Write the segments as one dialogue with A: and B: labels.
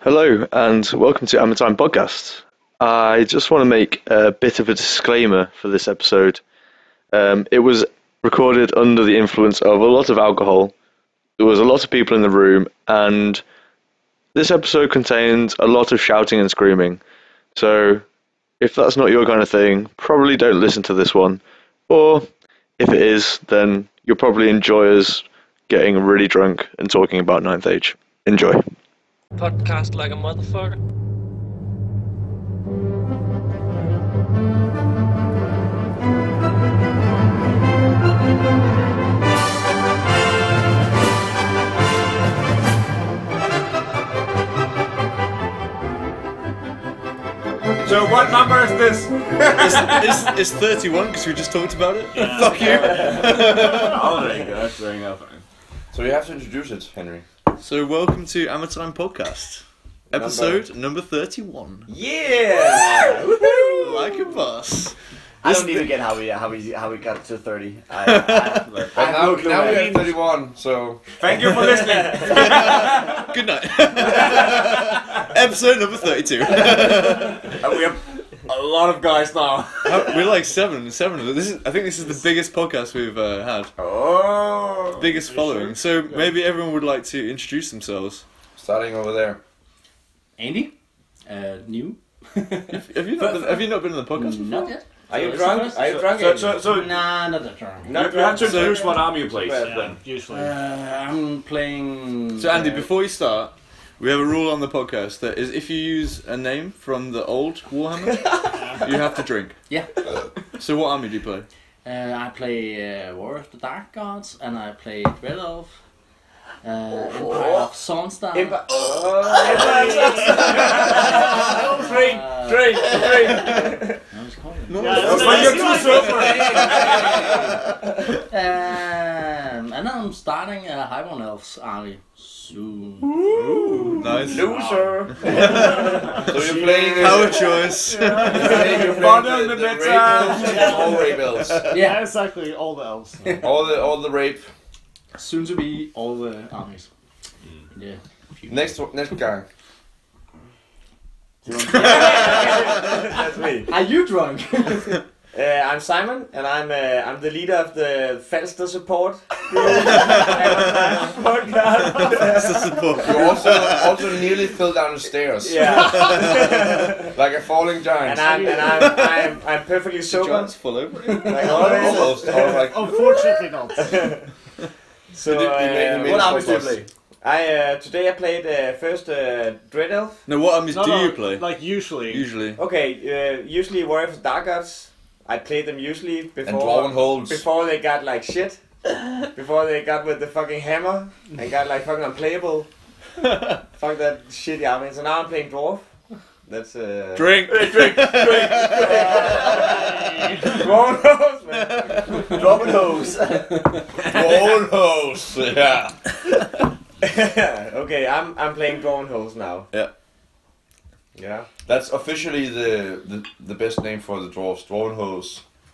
A: Hello, and welcome to Amber Time Podcast. I just want to make a bit of a disclaimer for this episode. Um, it was recorded under the influence of a lot of alcohol. There was a lot of people in the room, and this episode contains a lot of shouting and screaming. So, if that's not your kind of thing, probably don't listen to this one. Or, if it is, then you'll probably enjoy us getting really drunk and talking about Ninth Age. Enjoy.
B: podcast like a motherfucker.
C: So what number is this?
D: it's, it's 31 because we just talked about it. Fuck you.
C: Oh, there you go. That's very nothing.
E: So you have to introduce it, Henry.
D: So welcome to Hammer Time Podcast, episode number, 31.
E: Yeah!
D: Like a boss.
F: I
D: This
F: don't even
D: thi-
F: get how we how we how we got to thirty. I, I, I have
E: now,
F: no clue.
E: now we
F: I
E: have
F: mean,
E: 31, so.
C: Thank you for listening.
D: Good night. episode number 32.
C: And we have a lot of guys now.
D: We're like seven, seven. of them. This is, I think this is the biggest podcast we've uh, had,
C: Oh.
D: biggest following. So maybe everyone would like to introduce themselves.
E: Starting over there.
G: Andy? Uh, new?
D: Have you not, have you not been on the podcast before?
G: Not yet.
E: Are
G: you
E: you
G: drunk?
E: drunk? Are you drunk?
C: So, so, so you,
G: Nah, not that drunk.
C: you have to
D: So-
C: introduce what army you play.
E: Yeah.
C: Then.
G: Uh, I'm playing.
D: So Andy,
G: uh,
D: before you start, we have a rule on the podcast that is if you use a name from the old Warhammer, you have to drink.
G: Yeah.
D: So what army do you play?
G: Uh, I play uh, War of the Dark Gods, and I play Red Elf. Uh, Empire of Sonstar.
E: Impa-
C: Drink,
G: Uh,
C: drink, drink.
G: no, it's called
D: No.
C: That's why you're too sober.
G: um, and I'm starting a Highborn Elves army soon.
D: Nice.
E: Loser! so you're playing.
D: Power choice.
E: You're playing, you're playing
C: Modern
E: the, the
C: Demeter.
E: rape, all rape elves.
G: Yeah,
H: exactly. All the elves.
E: All the, all the rape.
G: soon to be all the armies.
I: Hmm.
G: Yeah.
E: Next, one- next guy.
F: that's me.
G: Are you drunk?
F: Uh, I'm Simon, and I'm uh, I'm the leader of the Falster support. group. And I'm-
D: That's the support.
E: You also, also nearly fell down the stairs.
F: yeah,
E: Like a falling giant.
F: and I'm and I'm I'm, I'm perfectly sober.
D: Giants fall over.
F: Like always.
E: Almost. I was like,
H: Unfortunately not.
F: So
E: He made- he
F: uh,
E: made
F: what
E: us
F: armies do you
E: focus.
F: play? I uh, today I played uh, first uh, Dread Elf.
D: Now what armies
H: No,
D: do
H: no,
D: you play?
H: Like usually.
D: Usually.
F: Okay, uh, usually War of the Dark Gods. I played them usually before.
E: and Dwarven holds.
F: before they got like shit, before they got with the fucking hammer and got like fucking unplayable. Fuck that shitty army. So now I'm playing dwarf. That's uh.
D: Drink.
F: Dwarf knows, man.
E: Dwarven holds. Dwarven holds. Yeah.
F: okay, I'm I'm playing dwarven holes now.
D: Yeah.
F: Yeah.
E: That's officially the, the, the best name for the dwarves,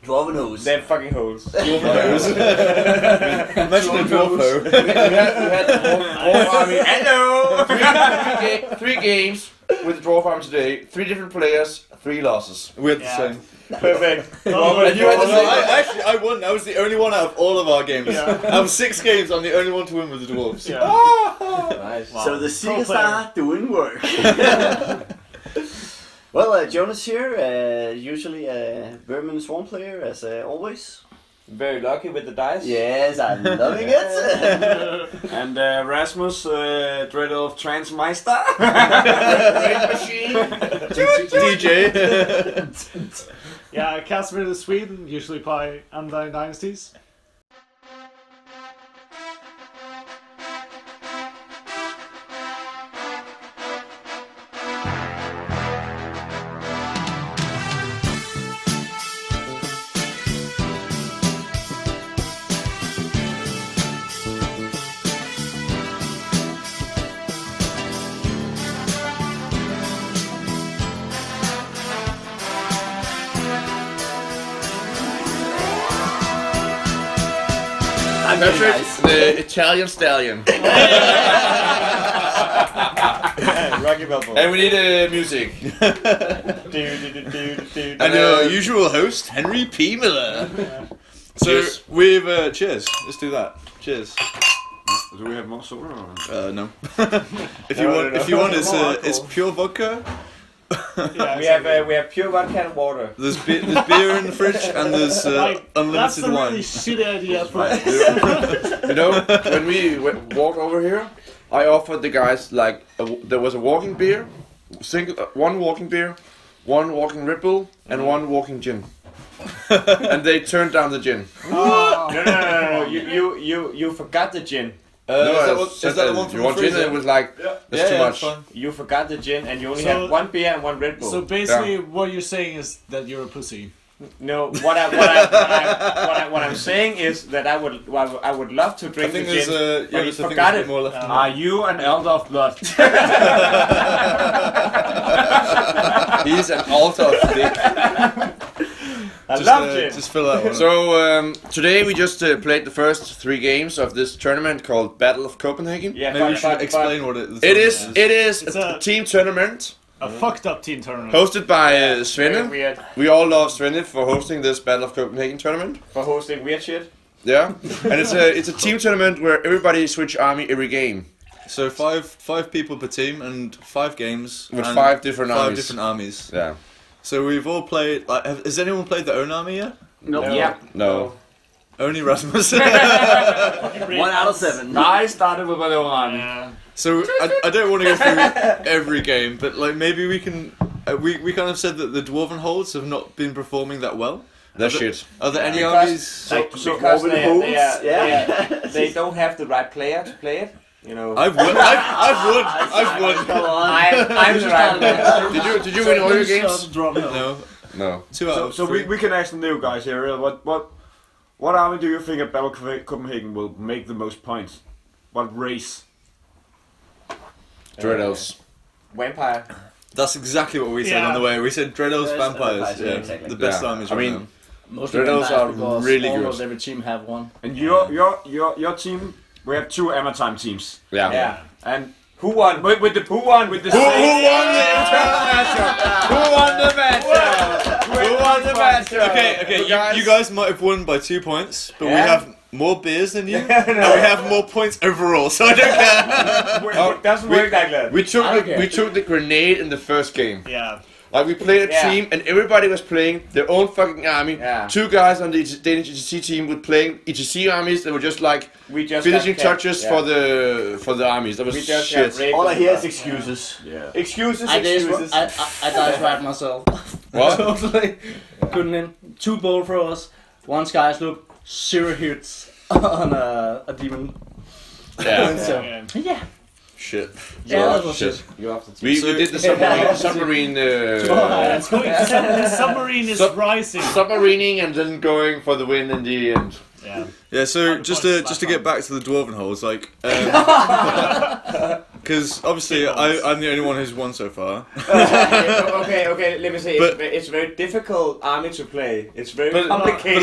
E: Dwarven Hose.
F: They're fucking holes.
D: Imagine a dwarf
E: we had, we had the dwarf, dwarf
F: Oh,
E: army. Hello! Three, ga- three games with the dwarf army today, three different players, three losses.
D: We had the
H: Yeah.
D: same.
F: Perfect.
E: you had the
D: Oh, No, I,
E: same.
D: actually, I won. I was the only one out of all of our games.
H: Yeah.
D: Out of six games, I'm the only one to win with the dwarves.
H: Yeah.
F: nice.
H: So the
F: Seagulls
H: player.
F: doing work.
I: Well, uh, Jonas here, uh, usually a Berman Swan player, as uh, always.
F: Very lucky with the dice.
I: Yes, I'm loving it.
C: And uh, Rasmus, uh, Dread Elf Transmeister.
D: DJ.
H: Yeah, Uh, Casimir the Sweden usually play Undying Dynasties.
E: The Italian stallion.
F: Rock Thank you, Bilbo.
E: And we need uh, music. uh,
D: And our usual host, Henry P. Miller. so
E: Cheers.
D: we've uh, cheers. Let's do that. Cheers.
J: Do we have more soda? Or?
D: Uh, no. if you
F: No,
D: want,
F: no, no.
D: if you want, it's
F: More
D: uh,
F: alcohol.
D: it's pure vodka.
H: Yeah,
F: We have uh, we have pure vodka and water.
D: There's, be- there's beer in the fridge and there's uh,
H: Like, that's
D: unlimited
H: a
D: wine.
H: really shitty idea for
E: you know, when we w- walked over here, I offered the guys like a w there was a walking beer, single uh, one walking beer, one walking Red Bull, and one walking gin. and they turned down the gin.
F: No, no, no, no, no. Oh, You, you, you, you forgot the gin.
E: Uh,
D: No, I said that
E: uh,
D: one from
E: you want
D: the
E: gin?
D: freezer?
E: And it was like that's
D: yeah,
E: too
D: yeah,
E: much.
D: it's fine.
F: You forgot the gin, and you only
H: So-
F: had one beer and one Red Bull.
H: So basically, what you're saying is that you're a pussy.
F: no, what I what I, what I, what I what I'm saying is that I would well, I would love to
D: I
F: drink the
D: think there's
F: gin.
D: uh,
F: but
D: yeah,
F: you
D: there's a thing
F: forgot
D: there's a bit
F: it. Ah,
D: more left. in
J: Are you an elder of blood?
F: uh,
E: He's an altar of dick.
F: I
D: Just,
F: love
D: uh,
F: gin.
D: just fill that one. up.
E: So um, today we just uh, played the first three games of this tournament called Battle of Copenhagen.
F: yeah,
D: Maybe
F: but,
D: we should
F: but,
D: explain what it,
E: It is it is
H: It's
E: a,
H: a-
E: team tournament
H: A fucked up team tournament.
E: hosted by uh,
F: but
E: Svenne.
F: very weird
E: We all love Svenne for hosting this Battle of Copenhagen tournament.
F: for hosting weird shit.
E: Yeah, and it's a it's a team tournament where everybody switch army every game
D: So five five people per team and five games
E: with
D: and
E: five different
D: five
E: armies.
D: different armies.
E: yeah,
D: So we've all played. Like, have, has anyone played their own army yet?
K: Nope.
F: Yeah.
E: no,
D: Only Rasmus.
K: One out of seven.
J: I started with my own army.
H: Yeah.
D: so I, I don't want to go through every game, but like maybe we can. Uh, we we kind of said that the dwarven holds have not been performing that well.
E: that shit.
D: Are there any
F: Because-
D: armies?
F: Like,
K: so
F: because
K: Robin
F: they, are- they,
K: Hoods,
F: are,
K: yeah.
F: they, are, they don't have the right player to play it. You know.
J: Uh,
D: I've won. I've, I've won. I've won.
K: Come on.
F: I'm, I'm the right player.
E: Did you did you win all your
H: Shut
E: games?
H: the drum.
D: No,
E: No.
D: two out
J: So,
D: of
J: so
D: three.
J: we, we can ask the new guys here. uh, What what what army do you think at Battle Cope- Copenhagen will make the most points? What race?
E: Dread elves.
F: Vampire.
D: That's exactly what we said
H: Yeah.
D: on the way. We said
K: Dreadnoughts
D: Dreadnoughts,
K: and
D: vampires.
K: vampires,
D: Yeah,
K: yeah, exactly.
D: the best
E: Yeah.
D: armies.
E: I
D: right
E: mean,
D: now.
G: Mostly
E: Turtles
G: vampires
E: are
G: because
E: really
G: all
E: good.
G: of every team have one.
J: And your your your your team. We have two Amatime teams.
E: Yeah.
F: Yeah.
J: And
F: Who won?
J: with, with the who won with the
E: Who, who
J: same-
E: won the internal matchup? Who won the matchup? Who won the matchup?
D: Okay, okay, you,
E: guys-
D: you guys might have won by two points, but we
F: Yeah.
D: have more beers than you, and we have more points overall, so I don't care.
F: Oh, it doesn't
E: we-
F: work like that.
E: uh, We took
G: I don't
E: the,
G: care.
E: we took the grenade in the first game.
H: Yeah.
E: Like we played a
F: Yeah.
E: team and everybody was playing their own fucking army.
F: Yeah.
E: Two guys on the Danish ETC team were playing ETC armies that were just like
F: We just
E: finishing
F: got capped,
E: touches
F: yeah.
E: for the for the armies. That was
F: We just
E: shit.
F: got raped.
K: All I hear is excuses.
J: Yeah.
K: Excuses,
G: I did.
K: excuses.
G: I, I, I died right myself.
E: What?
G: totally. Couldn't in. Two bowl throws. One sky sloop. Zero hits on a, a demon.
E: yeah.
G: So,
H: Yeah.
G: yeah.
E: shit.
G: Yeah, that was
E: shit.
G: it.
F: You have to
E: We,
D: So-
E: we did the submarine submarine uh,
G: Yeah.
H: It's going, sub- submarine is
E: Sub-
H: rising.
E: submarining and then going for the win in the end.
H: Yeah.
D: yeah, so
H: the
D: just
H: points
D: to
H: back
D: just to
H: on.
D: get back to the dwarven holes, like, because obviously I, I'm the only one who's won so far.
F: okay, okay, let me say,
D: But-
F: it's, ve- it's very difficult army to play. It's very
E: But-
F: complicated.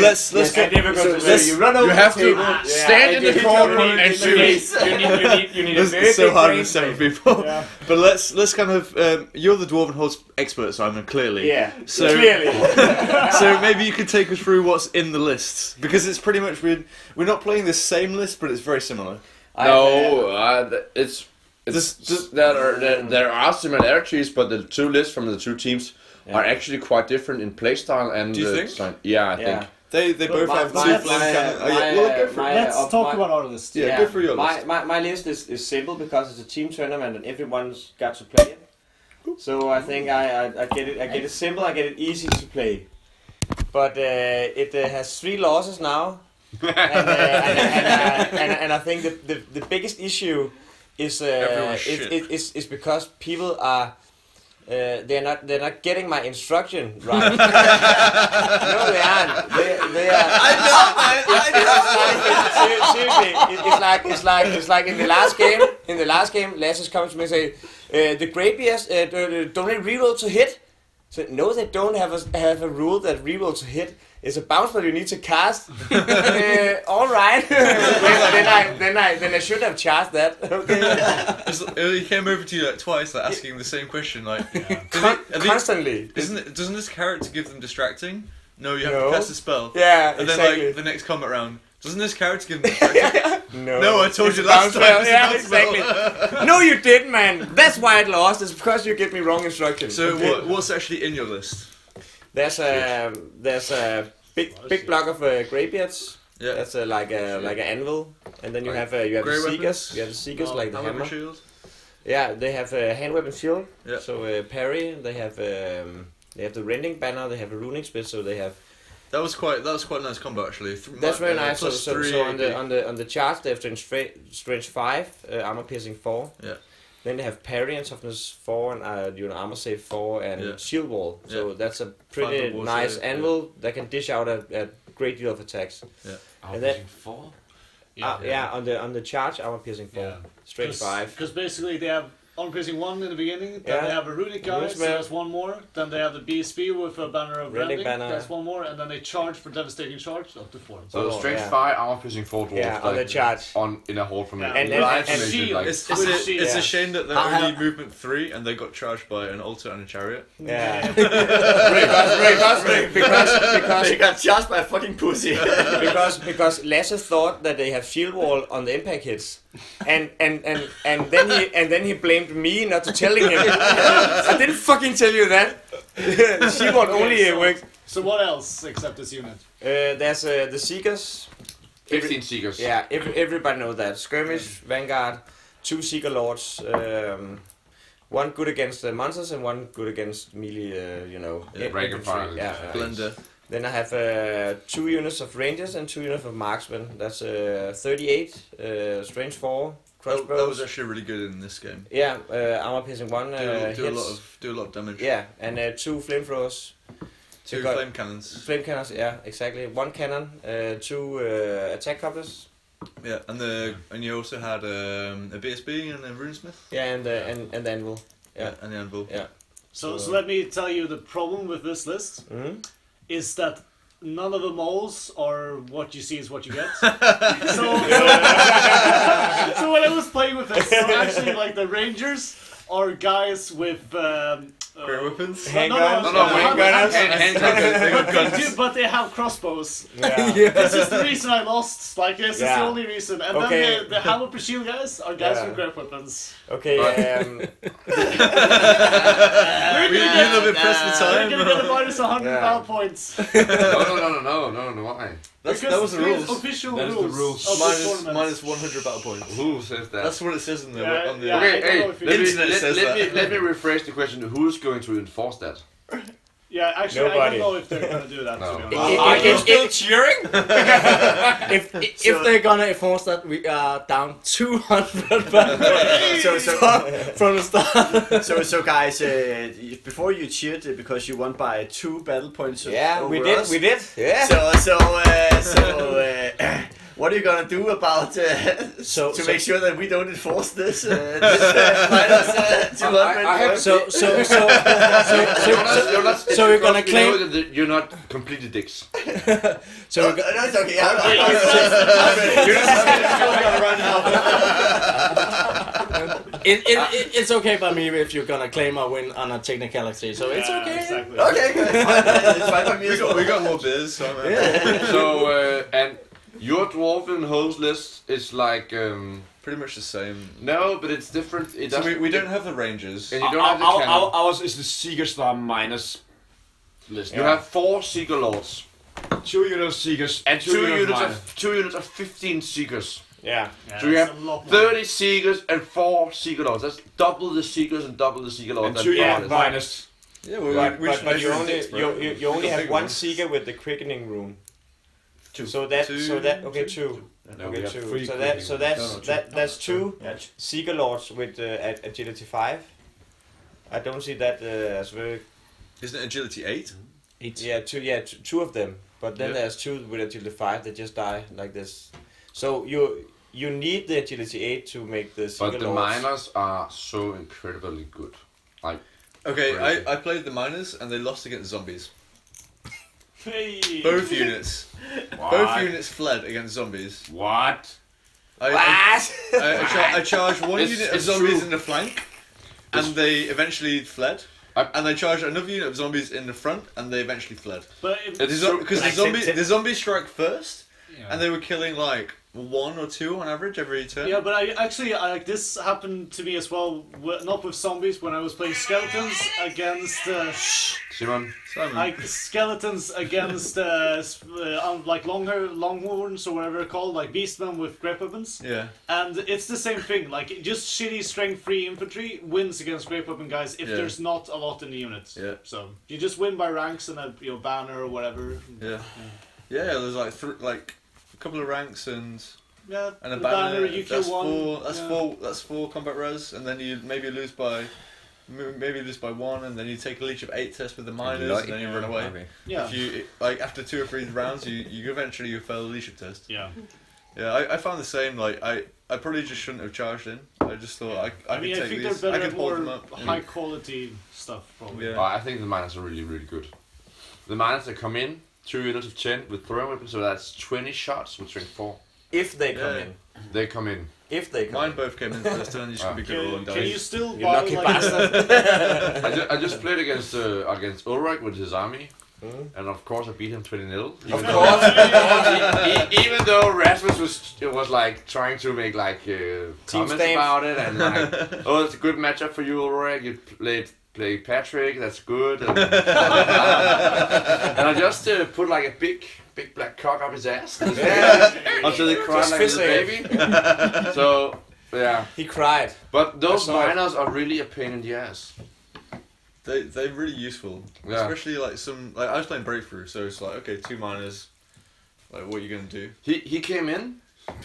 D: but let's- let's
F: and difficult to play.
D: let's-
F: You run over
E: You have
F: the
E: to
F: table. Yeah,
E: stand in
F: you
E: the
F: need-
E: corner
F: you need-
E: and
F: you
E: shoot.
F: need- Ah, You need, you need, you need a
D: This
F: very
D: is so
F: big
D: hard
F: brain
D: with seven
F: space.
D: people.
H: Yeah.
D: But let's let's kind of um, you're the dwarven holes expert, Simon. Clearly,
F: Yeah,
D: So-
F: clearly.
D: so maybe you could take us through what's in the lists because it's pretty much we're we're not playing the same list, but it's very similar.
E: No, uh, th- it's it's
D: This- this-
E: that are there, there are similarities, but the two lists from the two teams are actually quite different in playstyle and
D: Do you
E: the
D: think?
E: design. Yeah, I
F: Yeah.
E: think.
D: They they both
F: My-
D: have
F: my-
D: two flame
F: my,
D: cannon. Oh,
F: uh,
D: yeah.
F: my,
D: Well,
F: uh,
D: go for
F: my,
D: it.
H: Let's
F: uh,
H: talk
F: my-
H: about our list.
D: Yeah, go for your
F: my,
D: list.
F: My, my list is, is simple because it's a team tournament and everyone's got to play it. So I think I, I, I get it I get it simple, I get it easy to play. But uh, it uh, has three losses now. and, uh, and, and, uh, and, and I think the, the, the biggest issue is uh,
D: Everyone's
F: is,
D: shit.
F: is, is, is because people are uh, they're not they're not getting my instruction right. no, they aren't. They, they are. Ser- seriously, it- it's like it's like it's like in the last game. In the last game, Lasses comes to me and say, uh, "The Greybeards uh, d- d- don't they reroll to hit?" So no, they don't have a have a rule that reroll to hit. It's a bounce, but you need to cast. uh, all right. then I then I then I should have charged that. Okay.
D: It's like- uh, He came over to you like twice, like asking the same question, like, "Does
F: Con-
D: it- are they-
F: constantly.
D: isn't it, doesn't this character give them distracting? No, you have
F: No.
D: to cast a spell.
F: Yeah,
D: And then
F: exactly.
D: like the next comment round, doesn't this character give them distracting?
F: no.
D: no, I told
F: It's
D: you
F: a
D: last
F: bounce spell.
D: time. it's a
F: Yeah,
D: bounce spell.
F: exactly. no, you did, man. That's why it lost. It's because you gave me wrong instructions.
D: so what, what's actually in your list?
F: There's a there's a big big block of uh, graybeards.
D: Yeah.
F: That's uh, like a like an anvil, and then you
D: Like
F: have uh, you have
D: grey
F: the seekers.
D: weapons?
F: You have the seekers
D: Oh,
F: like the
D: hammer
F: hammer.
D: shield.
F: Yeah, they have a hand weapon shield.
D: Yeah.
F: So uh, parry. They have um, they have the rending banner. They have a runic spit. So they have
D: That was quite that was quite a nice combo actually. Th-
F: That's
D: my-
F: very
D: uh,
F: nice. So,
D: plus
F: so,
D: three
F: so on the
D: AP.
F: on the on the charge they have strength fa- strength five, uh, armor piercing four.
D: Yeah.
F: Then they have parry and toughness four, and uh, you know armor save four, and
D: Yeah.
F: shield wall. So
D: Yeah.
F: that's a pretty
D: Fireball
F: nice
D: save, yeah.
F: anvil that can dish out a, a great deal of attacks. And then-
L: four.
F: Yeah,
H: Ah,
F: uh, yeah. on the on the charge armor piercing four,
L: Yeah.
F: strength five.
H: Because basically they have on piercing one in the beginning, then
F: Yeah.
H: they have a runic guy,
F: Runic
H: so
F: man.
H: that's one more. Then they have the BSB with a banner of
F: Runic
H: rending,
F: banner.
H: that's one more, and then they charge for devastating charge up to four.
E: So
F: Oh,
E: strength
F: yeah.
E: five, armor piercing four dwarves.
F: Yeah, on the
E: like,
F: charge.
E: on in a hole from
H: Yeah.
E: yeah.
H: And-
F: and-
H: and shield.
E: like,
D: It's, it's, a,
H: Yeah.
D: it's a shame that they're
M: I have-
D: only movement three and they got charged by an altar and a chariot.
F: Yeah. because, because, because, because
G: They got charged by a fucking pussy.
F: because because Lasse thought that they have shield wall on the impact hits, and and and and then he and then he blamed me not to telling him. I didn't fucking tell you that. shield wall only uh, works.
H: So what else except this unit?
F: Uh, there's uh, the seekers. Every-
E: fifteen seekers.
F: yeah, every, everybody knows that. Skirmish, Vanguard, two Seeker Lords, um, one good against the monsters and one good against melee, uh, you know.
E: Yeah,
F: in-
E: rank and
F: infantry.
E: file.
F: Yeah, yeah.
D: Blender.
F: Then I have uh, two units of rangers and two units of marksmen. That's uh, 38, uh, strange 4,
D: That,
F: crossbows.
D: that was actually really good in this game.
F: yeah, uh, armor piercing 1
D: Do,
F: uh,
D: do a
F: hits.
D: lot of do a lot of damage.
F: Yeah, and uh, two flamethrowers.
D: Two
F: You got-
D: flame cannons.
F: Flame cannons, yeah, exactly. One cannon, uh, two uh, attack couplers.
D: Yeah, and the and you also had um, a BSB and a runesmith.
F: Yeah, and, uh, and, and the anvil. Yeah.
D: and the anvil.
F: Yeah.
H: So, so
F: So-
H: let me tell you the problem with this list
F: Mhm.
H: is that none of the moles are what you see is what you get. so, so, so when I was playing with this, so actually like the rangers are guys with um, uh,
D: Great weapons.
H: no, no,
F: Handguns?
H: no,
E: No, no,
H: no,
E: wing
H: hand-
E: gunners.
H: hand-
E: Hand,
H: hand-
E: gunners.
D: They got
H: But
D: guns.
H: they, do, but they have crossbows.
F: Yeah.
H: This is the reason I lost. Like this is
F: Yeah.
H: the only reason. And
F: Okay.
H: then the, the hammer per shield guys are guys
F: Yeah.
H: with great weapons.
F: Okay, um,
H: We're
D: Were you
H: gonna,
D: a little bit pressed for
H: we're
D: time?
H: gonna get a minus 100
F: Yeah.
H: power points.
E: no, no, no, no, no, no, no. Why?
D: That's,
H: Because
D: that was the
H: these
D: rules.
H: Official
L: That is the
H: rules.
L: rules.
H: Oh, of this
D: Minus,
H: tournament.
D: minus 100 battle points.
E: Who says that?
D: That's what it says in the
H: Yeah,
D: on the.
H: yeah.
E: okay.
H: I
E: Hey,
H: don't know
E: let
H: if
E: me,
H: you-
D: Internet
E: let,
D: says
E: let me
D: that.
E: let me rephrase the question. Who's going to enforce that?
H: Yeah, actually,
F: Nobody.
H: I don't know if they're gonna do that.
E: No.
H: To be
M: It-
H: honest.
M: it- it-
F: Are you
M: it-
F: still cheering?
M: if if they're gonna enforce that, we are down 200 battle
G: so, so,
M: from the start.
G: so, so, guys, uh, y- before you cheered uh, because you won by two battle points. o-
F: Yeah, we
G: over
F: did,
G: us.
F: we did. Yeah.
G: So, so, uh, so, uh, what are you gonna do about uh,
M: So-
G: to
M: so-
G: make sure that we don't enforce this? Uh, this uh, minus, uh, 200
E: I- I have
G: points?
M: So so so so so,
E: Jonas, Jonas, it's
M: so you're
E: because
M: gonna
E: we
M: claim-
E: know that the- You're not completely dicks.
M: so
G: No, that's okay. I'm, I'm, I'm,
H: Okay, so-
M: it, it, it, it's okay by me if you're gonna claim a win on a technicality. So it's
H: Yeah,
M: okay.
H: Exactly.
G: okay, good. It's fine by me
D: We
G: as
D: got, we
G: well.
D: got more beers, so I'm
E: so uh, and your dwarven host list is like um,
D: pretty much the same.
E: no, but it's different. It
D: So
E: doesn't.
D: we, we don't have the rangers.
E: And
D: Yeah,
E: you don't have the
N: Our-
E: cannon.
N: our- ours is the Seeker Star minus list.
E: You have four seeker lords.
N: two units of Seekers
E: And two, units
N: minor.
E: of two units of fifteen seekers.
F: Yeah.
H: Yeah,
E: So you
H: that's
E: have
H: a lot more.
E: Thirty seekers and four seeker lords. That's double the seekers and double the seeker lords.
N: and
E: than
N: two
E: Barnes.
N: units minus.
D: well, we,
F: But,
D: we
F: but,
D: should
F: but
D: measure
F: you
D: in
F: only
D: dicks,
F: you,
D: bro.
F: you,
D: We
F: you
D: got
F: only have
D: big
F: one
D: ones.
F: seeker with the quickening room. So that so
D: Two,
F: that okay
D: two,
F: two.
E: No, we
F: okay
E: have
F: two.
E: three
F: So that so that's
E: No, no, two.
F: that that's two
G: Yeah,
F: seeker lords with uh, at agility five. I don't see that uh, as very
D: Isn't it agility eight?
F: yeah two yeah two, two of them. But then
D: Yeah.
F: there's two with agility five that just die like this. So you you need the agility eight to make the seeker
E: But the
F: lords.
E: minors are so incredibly good.
D: Okay,
E: Crazy.
D: I, I played the miners and they lost against zombies.
H: Hey.
D: Both units,
O: What?
D: both units fled against zombies.
O: What?
D: I, I, I, I, cha- I charged one
P: It's-
D: unit of
P: it's
D: zombies
P: true.
D: in the flank, and they eventually fled.
P: I-
D: and I charged another unit of zombies in the front, and they eventually fled.
H: But if,
P: It is so-
D: Because the
P: like,
D: zombie,
P: t- t-
D: the zombies strike first,
H: Yeah.
D: and they were killing like one or two on average every turn.
H: yeah, but I actually I, like this happened to me as well. wi- Not with zombies when I was playing skeletons against uh,
P: Simon.
D: Simon.
H: like skeletons against uh, sp- uh, um, like longhair longhorns or whatever they're called, like beastmen with great weapons.
D: yeah.
H: And it's the same thing. Like just shitty strength free infantry wins against great weapon guys if
D: Yeah.
H: there's not a lot in the units.
D: Yeah.
H: So you just win by ranks and a you know, banner or whatever.
D: Yeah. Yeah, there's like thr like a couple of ranks and
H: Yeah.
D: and a
H: the
D: banner.
H: you kill
D: that's
H: one.
D: four. That's
H: yeah.
D: four. That's four combat res, and then you maybe lose by m- maybe lose by one, and then you take a leech of eight test with the miners, and then you run away.
H: Yeah.
D: If you like after two or three rounds, you you eventually you fail the leadership test.
H: yeah.
D: Yeah, I, I found the same. Like I. I probably just shouldn't have charged in. I just thought I, I,
H: I mean,
D: could
H: I
D: take
H: think
D: these.
H: they're
D: I
H: better
D: could
H: at
D: hold
H: more
D: them up. Mm.
H: high quality stuff, probably.
D: Yeah.
P: Yeah.
D: Uh,
P: I think the miners are really, really good.
E: The miners that come in, two units of 10 with throwing weapons, so that's 20 shots with strength 4.
F: If they come
D: Yeah.
F: in.
E: They come in.
F: If they come
D: Mine
F: in.
D: both came in first turn. You should be good at all
H: Can,
D: and
H: can
D: die.
H: you still
F: You
H: buy
F: lucky
H: like
F: bastard.
E: I, ju- I just played against uh, against Ulrich with his army,
F: Hmm?
E: and of course I beat him 20 0.
F: Oh,
E: course!
H: Of
E: e- e- even though Rasmus was was like trying to make like uh, comments
F: stamps.
E: about it, and like, oh, it's a good matchup for you, Ulrich. You played. Play Patrick, that's good. And, and I just uh, put like a big, big black cock up his ass until he cried
F: Just
E: like a little
F: fishing.
E: baby. so, yeah.
F: he cried.
E: But those
F: I saw it.
E: miners are really a pain in the ass.
D: They they're really useful,
E: Yeah.
D: especially like some like I was playing breakthrough, so it's like okay, two miners, like what are you gonna do?
E: He he came in,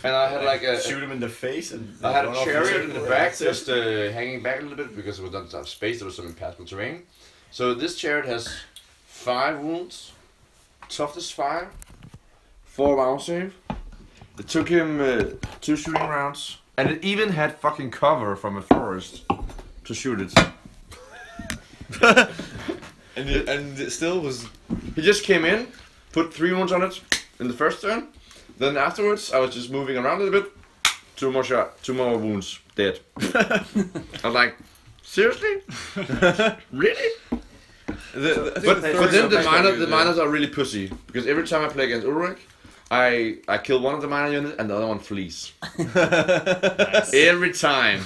E: and I had like a
Q: Shoot him in the face and.
E: I had a
Q: run off
E: chariot in
Q: and-
E: the back, just uh, hanging back a little bit because we don't have space. There was some impassable terrain. So this chariot has five wounds, toughness five, four round save. It took him uh, two shooting rounds, and it even had fucking cover from a forest to shoot it.
D: And it, and it still was
E: He just came in, put three wounds on it in the first turn. Then afterwards, I was just moving around a little bit. Two more shot, two more wounds, dead. I was like, seriously, really?
D: the, the, I think
E: But,
D: the
E: but then the minor,
D: miners
E: the miners are really pussy because every time I play against Ulrich, I I kill one of the minor units and the other one flees. every time.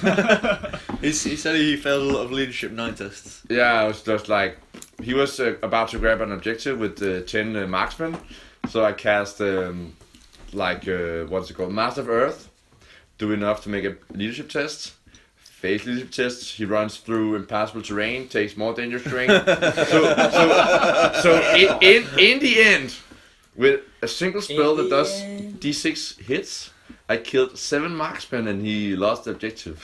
D: he, s- he said he failed a lot of leadership nine tests.
E: Yeah, I was just like, he was uh, about to grab an objective with uh, 10 uh, marksmen, so I cast, um, like, uh, what's it called? Master of Earth. Do enough to make a leadership test. Face leadership test. He runs through impassable terrain, takes more dangerous terrain. so, so, so in, in, in the end, with a single spell that does d6 hits, I killed seven marksmen and he lost the objective.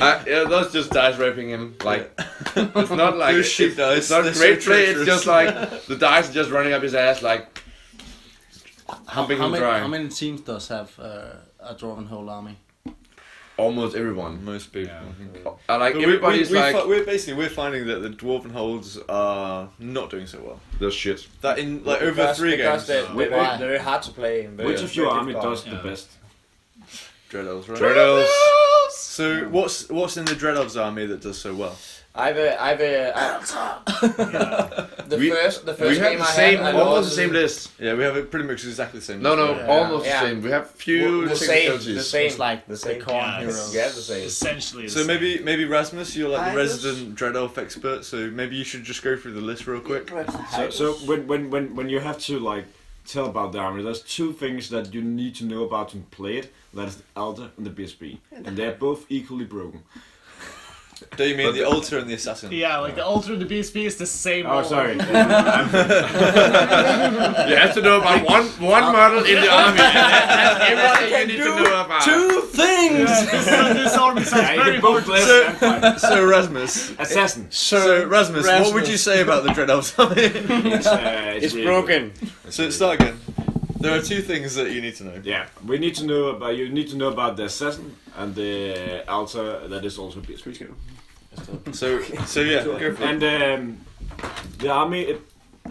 E: I, yeah, that's just dice raping him. Like it's not like
D: Those sheep
E: it's,
D: dice,
E: it's not
D: they're so
E: great play. It's
D: treacherous.
E: just like the dice are just running up his ass, like humping
G: how,
E: him
G: many,
E: dry.
G: how many teams does have uh, a Dwarven whole army?
E: Almost everyone.
D: Most people. Mm-hmm.
E: I like
D: But we-
E: everybody's
D: we, we,
E: like
D: fi- we're basically we're finding that the dwarven holds are not doing so well.
E: this shit.
D: That in like over
F: Because-
D: three games.
F: because They're, they're,
G: Why?
F: very, they're very hard to play. and very
O: Which of your army
F: difficult.
O: does the best?
D: Dreadels, right?
E: Turtles.
D: So what's what's in the Dreadels army that does so well?
F: I've a, I've a, I- the
E: We-
F: first the first
E: We have
F: game
E: the
F: I
E: same,
F: had, I
E: almost the
F: lost-
E: same list.
D: Yeah, we have it pretty much exactly the same.
E: No, no,
D: Yeah.
E: almost
F: Yeah.
E: the same. We have
F: Well,
E: few
F: the same, the
E: difficulties.
F: same,
G: It's like
F: the same.
G: the corn
H: Yeah,
G: heroes.
F: yeah, the same.
H: Essentially. the
D: So
H: same.
D: maybe maybe Rasmus, you're like
Q: I
D: the
Q: just-
D: resident dread elf expert. So maybe you should just go through the list real quick.
O: So, so when, when, when, when you have to like tell about the army, there's two things that you need to know about to play it. That is the elder and the BSB, and they're both equally broken.
D: Do you mean the altar and the assassin?
H: Yeah, like the altar of the BSB is the same.
O: Oh,
H: all
O: sorry.
H: over.
E: You have to know about one one model in the army. That's Uh, everything you need to know about.
G: Two things!
H: this, this army sounds
O: Yeah, you
H: very
O: can
H: hard.
O: both play as vampire.
D: So Rasmus.
O: assassin.
D: So, Rasmus, what would you say about the dread elves?
O: It's, uh,
F: It's
O: really
F: broken.
O: good.
D: so start again. There are two things that you need to know.
O: Yeah, we need to know about you need to know about the assassin and the altar that is also BSB.
D: So so yeah, go for it.
O: And um, The army it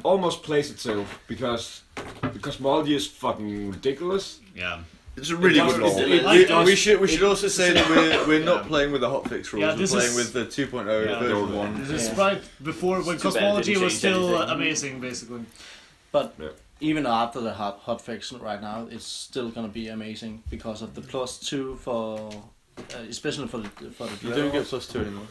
O: almost plays itself because the cosmology is fucking ridiculous.
R: Yeah.
E: It's a really
O: does-
E: good
O: it's-
E: law.
O: it
E: We-
H: like
E: we,
H: does-
E: should we should
H: it-
E: also say that we're we're not playing with the hotfix rules.
H: Yeah,
E: we're
H: this
E: playing
H: is-
E: with the 2.0
H: Yeah.
E: version one.
H: This is
G: Yeah.
H: right before when
I: It's too bad it
H: cosmology
I: didn't
H: was
I: change
H: still
I: anything.
H: amazing, basically.
G: But
O: Yeah.
G: even after the hot hotfix right now, it's still gonna be amazing because of the plus two for, uh, especially for the for the.
E: You don't get plus two anymore.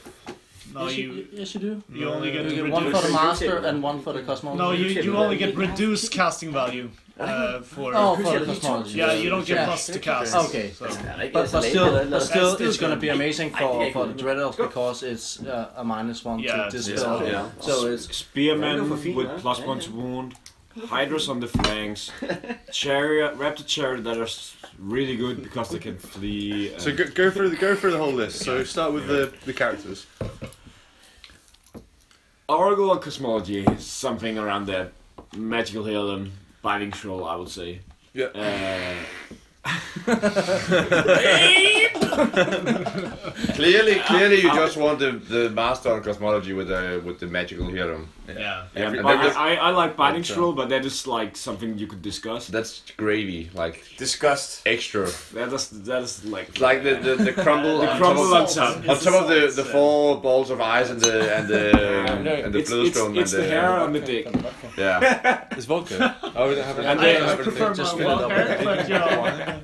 H: No,
G: yes,
H: you
G: yes, you do.
H: you only get,
G: You
H: to
G: get
H: reduce.
G: one for the
I: reduce it.
G: master and one for the cosmology.
H: no, you, you only get
I: Yeah.
H: reduced casting value uh, for.
G: Oh, for the cosmology.
H: yeah, you don't get
G: Yeah.
H: plus to cast.
G: Okay.
H: so.
G: But, but still, but still,
H: still
G: it's going to
H: good.
G: be amazing
I: I think
G: for,
I: I
G: for the
I: can-
G: Dreadnoughts because it's uh, a minus one
H: Yeah,
G: to
H: it's-
G: dispel.
I: yeah.
E: Yeah.
G: So it's
O: Spearmen
I: Random for feet,
O: with
I: huh?
O: plus one to wound, Hydras on the flanks, chariot, raptor chariot that are s- really good because they can flee.
E: So
O: and-
E: go, go through the go through the whole list. So start with the, the characters.
O: Oracle and cosmology is something around that magical hill and binding scroll, I would say.
E: Yeah.
O: Uh,
S: Clearly, clearly, you just want the, the master on cosmology with the with the magical hero.
R: Yeah.
O: yeah,
S: Every-
O: but I,
S: every-
O: I, I like binding
S: But, uh,
O: scroll, but that is like something you could discuss.
S: That's gravy, like
F: Disgust.
S: extra,
O: That is that is like
S: like the the, the crumble,
O: the
S: on,
O: crumble
S: top
O: on top.
S: of, on top of the, the four balls of ice and the and the
O: Yeah,
S: um,
O: no,
S: and the
O: it's, it's,
S: bluestone
O: it's
S: and
O: the
S: the
O: hair on the dick.
S: yeah.
E: It's vodka.
S: Oh, we don't have
O: And
H: I,
O: then-
H: I prefer my
G: Just fill it up
H: well hair, but you know,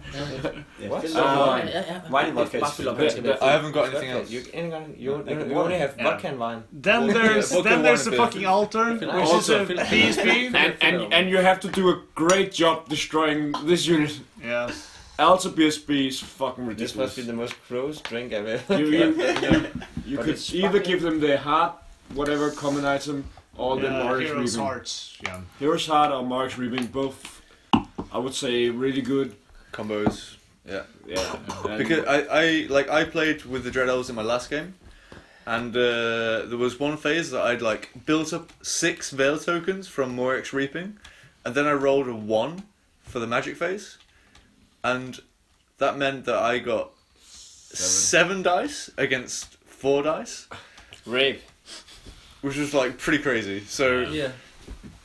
I: What?
F: Uh,
I: Wine and vodka.
F: Buffalo
I: is-
F: Bills.
E: I haven't got anything else.
F: You, ain't gonna- you,
I: Like
F: you
I: one.
F: only have
R: Yeah.
F: vodka and wine.
H: then
E: Vodka-
H: there's
E: vodka
H: then there's
E: wine
H: a
E: beer.
H: fucking altar, which is
G: Also
H: a
G: fill-
H: PSP.
O: And, and and you have to do a great job destroying this unit.
H: Yeah.
O: Alta BSB is fucking
F: This must
O: ridiculous.
F: be the most gross drink I've ever.
O: you, you, you, you
F: But
O: could
F: it's
O: either give them their heart, whatever common item, or the
H: yeah,
O: Morris
H: Hero's
O: Reaping.
H: Heart. Yeah.
O: Hero's Heart or Morris Reaping, both, I would say, really good.
E: Combos.
O: Yeah. and-
E: Because I, I like I played with the Dread Elves in my last game, and uh, there was one phase that I'd like built up six Veil tokens from Morix Reaping, and then I rolled a one for the Magic phase, and that meant that I got seven, dice against four dice,
F: Rape.
E: which was like pretty crazy. So
G: yeah.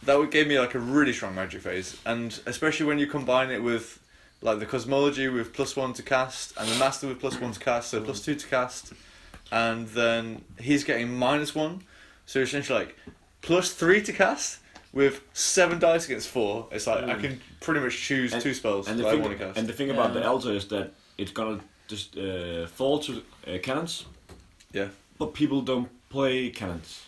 E: that would- gave me like a really strong magic phase, and especially when you combine it with like the cosmology with plus one to cast and the master with plus one to cast, so plus two to cast, and then he's getting minus one, so essentially like plus three to cast with seven dice against four. It's like I can pretty much choose
O: Mm. And-
E: two spells
O: and,
E: that
O: the
E: I
O: thing,
E: want to cast.
O: and the thing about
G: Yeah.
O: the Alta is that it's gonna just uh, fall to uh, cannons.
E: Yeah.
O: But people don't play cannons.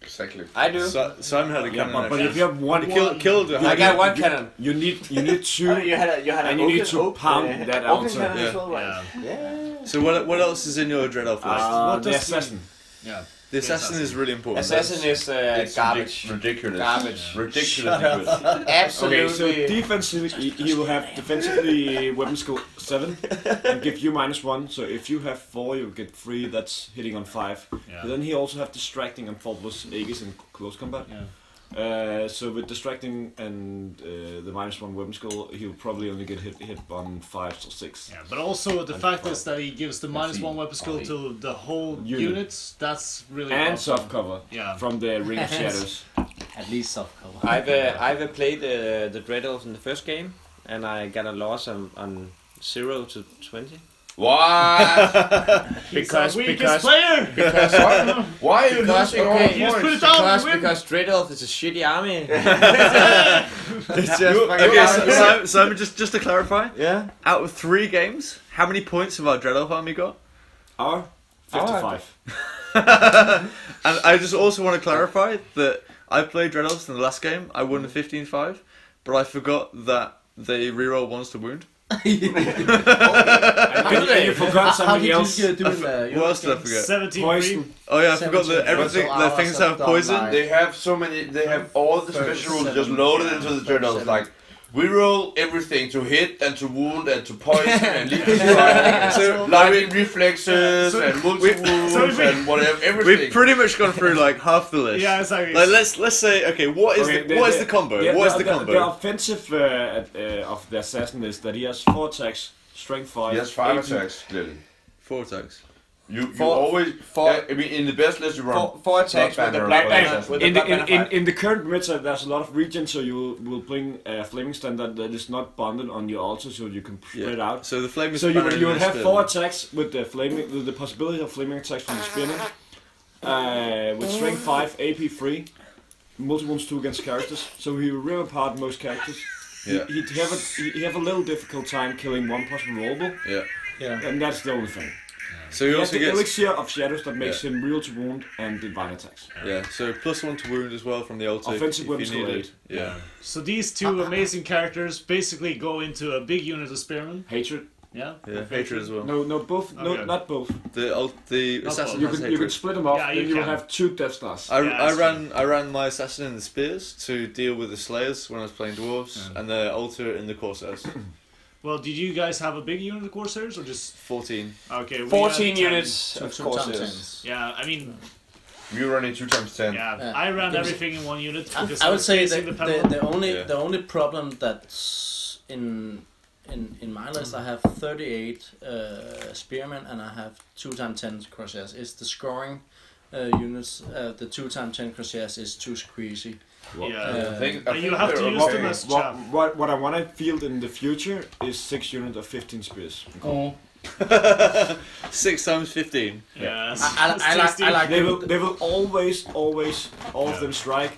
S: Exactly.
F: I do.
E: so, Simon had a
O: Yeah,
E: cannon.
O: but, but
E: actually.
O: if you have one
E: He killed, killed a
F: I
E: hydra.
F: got one cannon.
O: You need you need two.
I: Oh, you had a, you had an
O: And you need
I: open-
O: to
I: open-
O: pound that
I: open
O: outer.
I: cannon as
E: Yeah.
I: well, right? Yeah.
E: So what, what else is in your dread elf list?
O: uh,
H: What
O: the
H: does the-
O: assassin.
R: Yeah.
E: the assassin is really important.
F: Assassin is uh,
S: It's
F: garbage.
S: ridic- ridiculous.
F: Garbage.
S: Ridiculously good.
F: Absolutely.
O: Okay, so defensively, he, he will have defensively weapon skill 7 and give you minus 1. So if you have 4, you'll get 3, that's hitting on 5.
R: Yeah.
O: But then he also have distracting and faultless Aegis in close combat.
R: Yeah.
O: Uh, so with distracting and uh, the minus 1 weapon skill, he'll probably only get hit, hit on 5 or 6.
H: Yeah, but also the
O: And
H: fact
O: five.
H: is that he gives the minus
S: see.
H: one weapon skill
S: I'll
H: to the whole
O: Unit.
H: unit. That's really
O: And
H: awesome.
O: soft cover
H: Yeah.
O: from the Ring of Shadows.
G: At least soft cover.
F: I've uh, I've uh, played uh, the Dread Elves in the first game, and I got a loss on, on zero to twenty.
S: What?
H: He's
F: Because-
H: the weakest
F: because-
H: player.
S: Why are you
F: Because
S: losing all
F: okay,
H: you just put
S: points?
H: it down.
F: because,
H: win.
F: because Dread Elf is a shitty army.
E: It's just okay, so, Simon, Simon, just just to clarify,
F: yeah.
E: out of three games, how many points have our Dreadnought army got?
O: Or 55.
E: And I just also want to clarify that I played Dreadnoughts in the last game. I
O: Mm.
E: won 15-5, but I forgot that they reroll ones to wound.
O: And, you- and you forgot
G: How
O: something
G: did
O: else.
G: you do in the
E: What else did I forget?
H: Seventeen
O: Poison.
H: free.
E: Oh yeah, I forgot that
G: 17
E: everything
G: versus
E: the
G: ours
E: things
G: have
E: have
G: done
E: poison.
G: like-
S: They have so many. They have all the special rules just loaded into the journals. Like we roll everything to hit and to wound and to poison and leap
E: So,
S: lightning reflexes
H: So-
S: and multi wounds
H: so if we-
S: and whatever. Everything.
E: We've pretty much gone through like half the list.
H: Yeah, exactly.
E: Like let's let's say okay, what is
O: Okay,
E: the, what is the combo?
O: yeah,
E: what is the,
O: The,
E: combo?
O: offensive uh, at, uh, of the assassin is that he has four attacks, strength five.
S: He has five
O: 18,
S: attacks clearly.
E: Four attacks.
T: You, you
S: For-
T: always.
S: for-
T: yeah, I mean, in the best list you run.
S: For, for attacks
T: Black
S: with the
T: Banner,
S: black
T: for
S: banner.
T: instance.
F: With
O: In
F: the
O: the, in,
F: Batman
O: in,
F: fight.
O: in the current meta, there's a lot of regions, so you will bring a flaming standard that is not bonded on your altar, so you can spread out.
E: So the flame is.
O: So you
E: spanner
O: you
E: in
O: will
E: the
O: have
E: spin.
O: four attacks with the flaming, with the possibility of flaming attacks from the spinner, uh, with strength five, AP three, multiple ones two against characters. So he will rip apart most characters.
E: Yeah.
O: He, he'd have a he have a little difficult time killing one possible rollable,
E: Yeah.
G: Yeah.
O: and that's the only thing.
E: So he
O: He has
E: also
O: the
E: gets
O: elixir of shadows that makes him real to wound and divine attacks.
E: yeah. So plus one to wound as well from the altar. if-
O: Offensive
E: if
O: weapons
E: you
O: to
E: need
O: aid.
E: it. Yeah.
H: So these
G: Uh-huh.
H: two amazing characters basically go into a big unit of spearmen.
O: Hatred.
H: Yeah.
E: Yeah. Hatred as well.
O: No, no, both.
H: Okay.
O: No, not both.
E: The alt, the
H: Not
E: assassin
H: both.
O: You
E: has
O: could you
E: hatred.
O: could split them off,
H: Yeah,
O: and
H: you
O: you will
H: can.
O: have two Death Stars.
E: I,
H: Yeah,
E: I
H: that's
E: ran I ran my assassin in the spears to deal with the slayers when I was playing dwarves, and the altar in the corsairs.
H: Well, did you guys have a big unit of Corsairs or just
E: Fourteen.
H: okay? we had
F: 14
H: ten.
F: units,
G: Two,
F: of
G: two
F: course.
G: times
F: it is.
G: tens.
H: Yeah, I mean,
T: You run in two times ten.
H: yeah,
G: Yeah.
H: I ran
G: Gives-
H: everything in one unit
G: I,
H: because
G: I would
H: was
G: say the,
H: facing
G: the,
H: the pendulum.
G: the only
E: Yeah.
G: the only problem that's in in in my list I have 38 uh, spearmen and I have two times 10 crosshairs. It's the scoring uh, units. Uh, the two times 10 crosshairs is too squeezy.
H: yeah.
G: Uh,
T: I think, I
H: And you
T: think
H: have to
T: they're
H: use
T: okay.
H: them as
O: What,
H: chaff.
O: what, what I want to field in the future is six units of 15 spears.
G: Oh,
E: Six times fifteen.
H: Yes.
G: I,
H: It's
G: I, I like
H: tasty.
G: I like
O: They
G: the-
O: will, they will always, always, all of them strike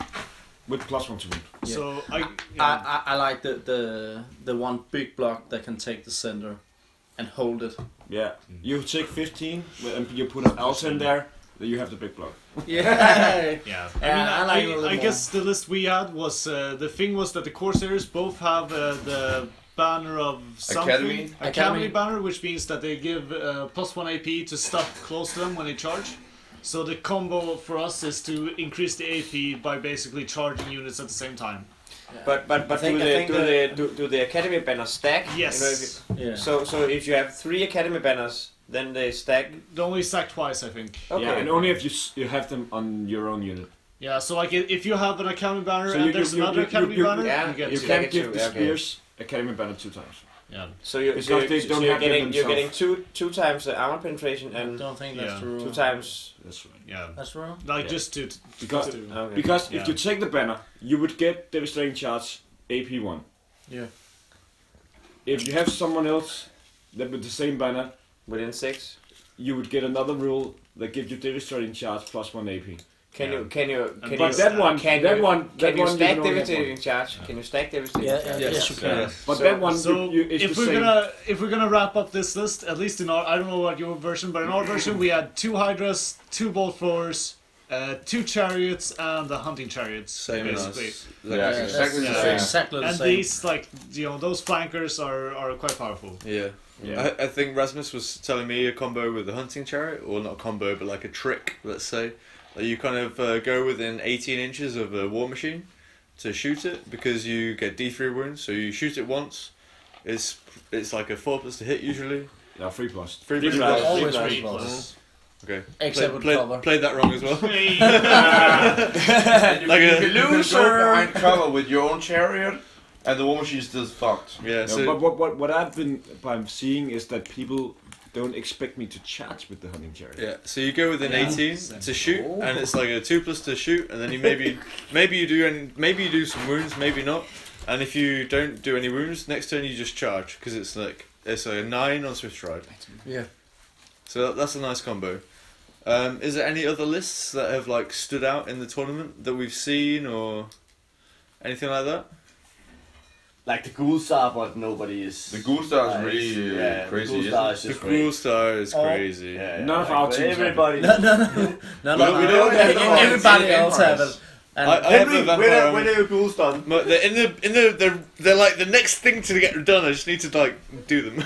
O: with plus one to wound.
G: Yeah.
H: So I, yeah.
G: I, I, I like the, the the one big block that can take the center and hold it.
O: Yeah.
H: Mm.
O: You take 15 wi- and you put an altar in there, then you have the big block.
G: Yeah.
H: Yeah,
G: Yeah, I
H: I
G: like it a
H: mean, I,
G: little
H: I,
G: more.
H: guess the list we had was uh, the thing was that the Corsairs both have uh, the banner of something.
T: Academy?
H: Academy,
G: Academy.
H: banner, which means that they give uh, plus one AP to stuff close to them when they charge. So the combo for us is to increase the AP by basically charging units at the same time.
F: But but but
G: I think-
F: do
G: I
F: the
G: think
F: do
G: the-
F: the do, do the academy banners stack? You
H: Yes.
F: know, if
G: yeah.
F: you- so so if you have three academy banners, then they stack.
H: They only stack twice, I think.
F: Okay.
O: Yeah, and only if you s- you have them on your own unit.
H: Yeah. So like i- if you have an Academy banner
O: So
H: and
O: you-
H: there's
O: you- you-
H: another
O: you-
H: Academy
O: you-
H: banner,
F: yeah,
H: you get
O: You
F: So
H: two.
F: they
O: can't
F: get
O: give
F: two,
O: the
F: okay.
O: spears Academy banner two times.
H: Yeah.
F: So you
O: Because
F: so, you-
O: they
F: so
O: don't
F: you're
O: have them
F: getting you're
O: themselves.
F: getting two two times the armor penetration
G: I
F: and
G: don't think
H: Yeah.
G: that's the rule.
F: two times.
O: That's right.
H: Yeah.
G: That's wrong.
H: Like
F: Yeah.
H: just to
O: Because,
H: to-
F: Okay.
O: because
H: Yeah.
O: if you take the banner, you would get Devastating Charge AP 1.
G: Yeah.
O: If you have someone else that with the same banner,
F: within six.
O: you would get another rule that gives you devastating charge plus one AP.
F: Can
H: Yeah.
F: you can you can
H: but
F: you
O: that one-
F: can
O: that
F: you,
O: one-
F: can
O: that
F: you
O: one you
F: stack
O: can only have
F: devastating
O: one.
F: charge? Can you stack devastating
G: Yeah, yeah,
F: charge?
G: yes, you can.
O: But
F: So-
O: that one
H: So
O: you, you, is
H: if
O: the
H: we're
O: same.
H: gonna if we're gonna wrap up this list, at least in our I don't know about your version, but in our version we had two hydras, two bolt throwers, uh, two chariots, and the hunting chariots.
E: Same as
H: basically.
E: us.
T: Yeah,
G: Yeah,
T: exactly
G: that's
T: the same.
G: Exactly the
H: And
G: same.
H: these like you know those flankers are are quite powerful.
E: Yeah.
O: Yeah.
E: I, I think Rasmus was telling me a combo with the hunting chariot, or not a combo, but like a trick, let's say. Like you kind of uh, go within 18 inches of a war machine to shoot it because you get D3 wounds, so you shoot it once. It's it's like a 4 plus to hit usually.
O: yeah, three plus.
E: 3
O: Three
E: plus.
O: plus.
E: Play-
G: Always
F: Yeah.
G: three plus.
E: Okay.
G: Except with
E: play,
G: cover.
E: played that wrong as well.
T: And you,
E: Like
T: you
E: a-
T: can go behind cover with your own chariot, and the war machine's just fucked.
E: Yeah,
O: No,
E: so
O: but what, what, what I've been I'm seeing is that people don't expect me to charge with the hunting chariot.
E: Yeah, so you go within
G: Yeah.
E: 18 to shoot, and it's like a two plus to shoot, and then you maybe maybe you do and maybe you do some wounds, maybe not, and if you don't do any wounds, next turn you just charge because it's like it's a nine on Swift Ride.
G: Yeah.
E: So that, that's a nice combo. Um, is there any other lists that have like stood out in the tournament that we've seen or anything like that?
I: Like the ghouls are, but nobody is.
T: The goon star is really uh,
I: yeah,
T: crazy.
I: The Ghoul Star
T: isn't it?
I: is
E: The
I: just great.
E: cool star is
G: Oh.
E: crazy.
I: Yeah, yeah,
O: None of our
I: but
O: teams have it.
I: Everybody.
G: No, no, no, no, no.
E: we
G: no.
E: don't
I: have
G: Every-
I: all the
G: Everybody
I: same
G: else have it.
I: vampires.
G: And
E: I, I have a
I: Henry,
E: vampire.
I: where,
E: army.
I: where are your ghouls done?
E: Mo- um, They're in the in the they're, they're like the next thing to get done. I just need to like do them.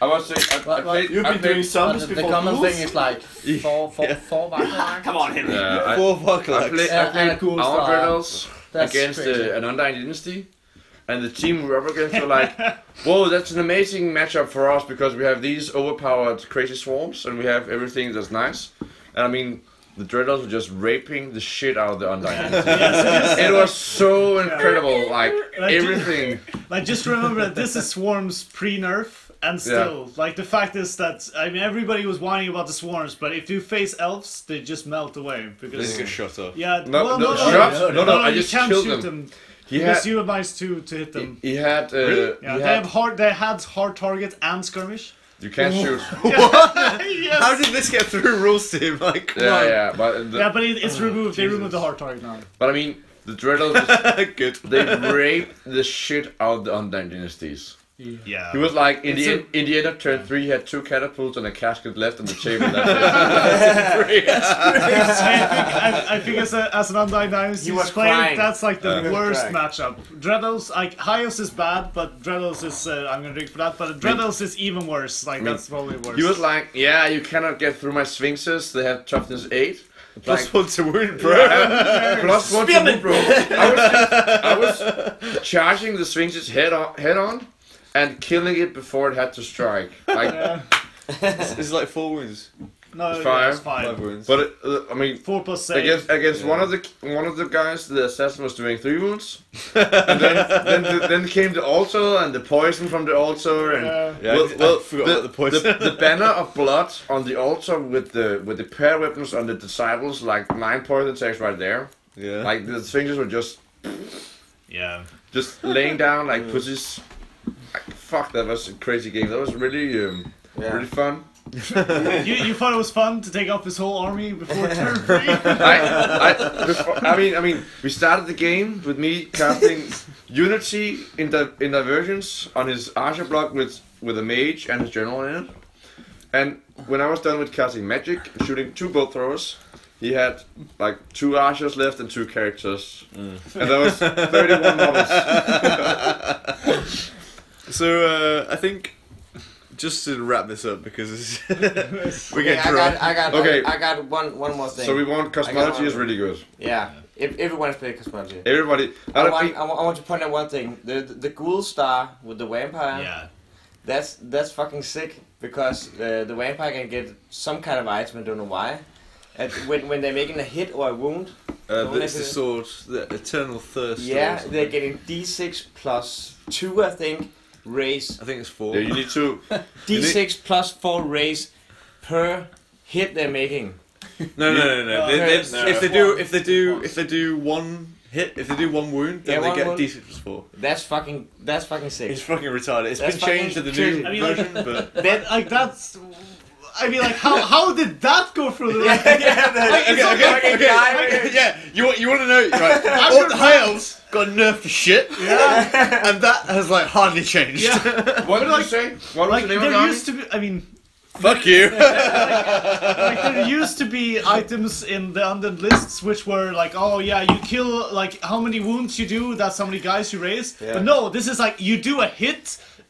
T: I must say, I, I
G: What- what-
T: played.
I: You've
T: I
I: been
T: played,
I: doing
G: but
I: zombies
G: the, the
I: before
G: common
I: ghouls?
G: thing is like four, four,
E: Yeah.
G: four vampires.
I: Come on, Henry.
S: Yeah, I,
E: Four
S: I
E: bucklers.
S: played,
G: Yeah,
S: I
G: and a
S: played
G: cool
S: our
G: star.
S: Rebels
G: That's
S: against
G: crazy.
S: uh, an Undying Dynasty, and the team we were up against were like, whoa, that's an amazing matchup for us because we have these overpowered crazy swarms and we have everything that's nice. And I mean, the Dreadnoughts were just raping the shit out of the Undying Dynasty. it was so incredible, like
H: Like,
S: everything.
H: Like just remember that this is Swarm's pre-nerf, and still, like the fact is that I mean everybody was whining about the swarms, but if you face elves, they just melt away
E: Just
H: because
E: get shut up.
H: yeah,
T: No,
H: well, no,
T: no,
H: no,
T: shut up. No, no, I
H: you
T: just
H: can't
T: killed
H: shoot
T: them.
H: them,
T: He
H: because
T: had-
H: you have minus two to hit them.
T: He had. Uh,
H: Yeah,
T: he
H: they have
T: had
H: hard. They had hard target and skirmish.
T: you can't shoot.
H: yes.
E: How did this get through rules team? Like, come
T: yeah,
E: on.
T: yeah, but the,
H: yeah, but it, it's removed. They removed the hard target now.
T: but I mean, the Dreadnoughts, just-
E: Good.
T: they raped the shit out of the Undying Dynasties.
H: Yeah.
T: He was like in
H: It's
T: the
H: a-
T: end, in the end of turn three, he had two catapults and a casket left on the table. That's
H: I think, I, I think as, a, as an undying dynasty
F: He was
H: player,
F: crying.
H: that's like the
F: was
H: worst
F: crying.
H: matchup. Dreadnoughts, like Hyos is bad, but Dreadnoughts is uh, I'm gonna drink for that. But Dreadnoughts is even worse. Like that's probably
T: it.
H: worse.
T: he was like, "Yeah, you cannot get through my sphinxes. They have toughness eight.
E: Plus
T: Like,
E: one to wound, bro.
T: plus one to move, bro." I was, I was charging the sphinxes head on, head on, and killing it before it had to strike. Like,
H: Yeah.
E: It's it's like four wounds.
H: no, it's
T: fire.
H: it's
E: Five
H: fine.
E: wounds.
T: but it, uh, I mean,
H: Four plus save.
T: against against one of the one of the guys, the assassin was doing three wounds, and then then, the, then came the altar and the poison from the altar and.
H: Yeah.
E: yeah,
T: well,
E: I,
T: well,
E: I forgot about the poison.
T: the banner of blood on the altar with the with the pair weapons on the disciples, like nine poison attacks right there.
E: yeah.
T: Like the fingers were just
H: yeah.
T: just laying down like pussies. Like, fuck, that was a crazy game. That was really um, really fun.
H: You, you thought it was fun to take off his whole army before turn three?
T: I, I, before, I mean, I mean, we started the game with me casting Unity in the in Divergence on his Archer block with with a mage and his general in it. And when I was done with casting magic, shooting two bolt throwers, he had like two archers left and two characters,
E: Mm.
T: and that was thirty-one models.
E: So uh, I think just to wrap this up because it's- we get
F: I
E: drunk.
F: got, I got,
T: Okay.
F: I got one, one more thing.
T: So we want cosmology is really good.
F: yeah. If everyone's played cosmology.
T: Everybody, I
F: Oh, I
T: don't
F: want,
E: uh,
T: think
F: I, want, I want to point out one thing. The the, the ghoul star with the vampire. That's that's fucking sick because uh, the vampire can get some kind of item. I don't know why. And when when they're making a hit or a wound,
E: Uh, it's the sword, the eternal thirst. or
F: yeah,
E: something.
F: they're getting D6 plus two. I think raise
E: I think it's four.
T: yeah, you need to
F: D6 plus four raise per hit they're making.
E: No, no, no, no.
H: No,
E: They-
H: no,
E: they-
H: it's- no.
E: if they do, if they do, if they do one hit, if they do one wound, then
F: Yeah,
E: they
F: one
E: get
F: wound.
E: D6 plus four.
F: That's fucking that's fucking
E: It's
F: sick.
E: fucking retarded. It's
F: That's
E: been changed to the
F: fucking
E: new
H: I mean, like-
E: version, but
F: Then-
H: like that's. I mean, like how how did that go through the?
E: okay, okay, okay, yeah. You want you want to know? Right, all the high elves got nerfed to shit. Yeah, and that has like hardly changed.
H: Yeah,
T: What did you say? What was
H: like
T: the name of the
H: there
T: army?
H: used to be. I mean,
E: Fuck you.
H: like there used to be items in the undead lists which were like, oh yeah, you kill like how many wounds you do, that's how many guys you raise. But no, this is like you do a hit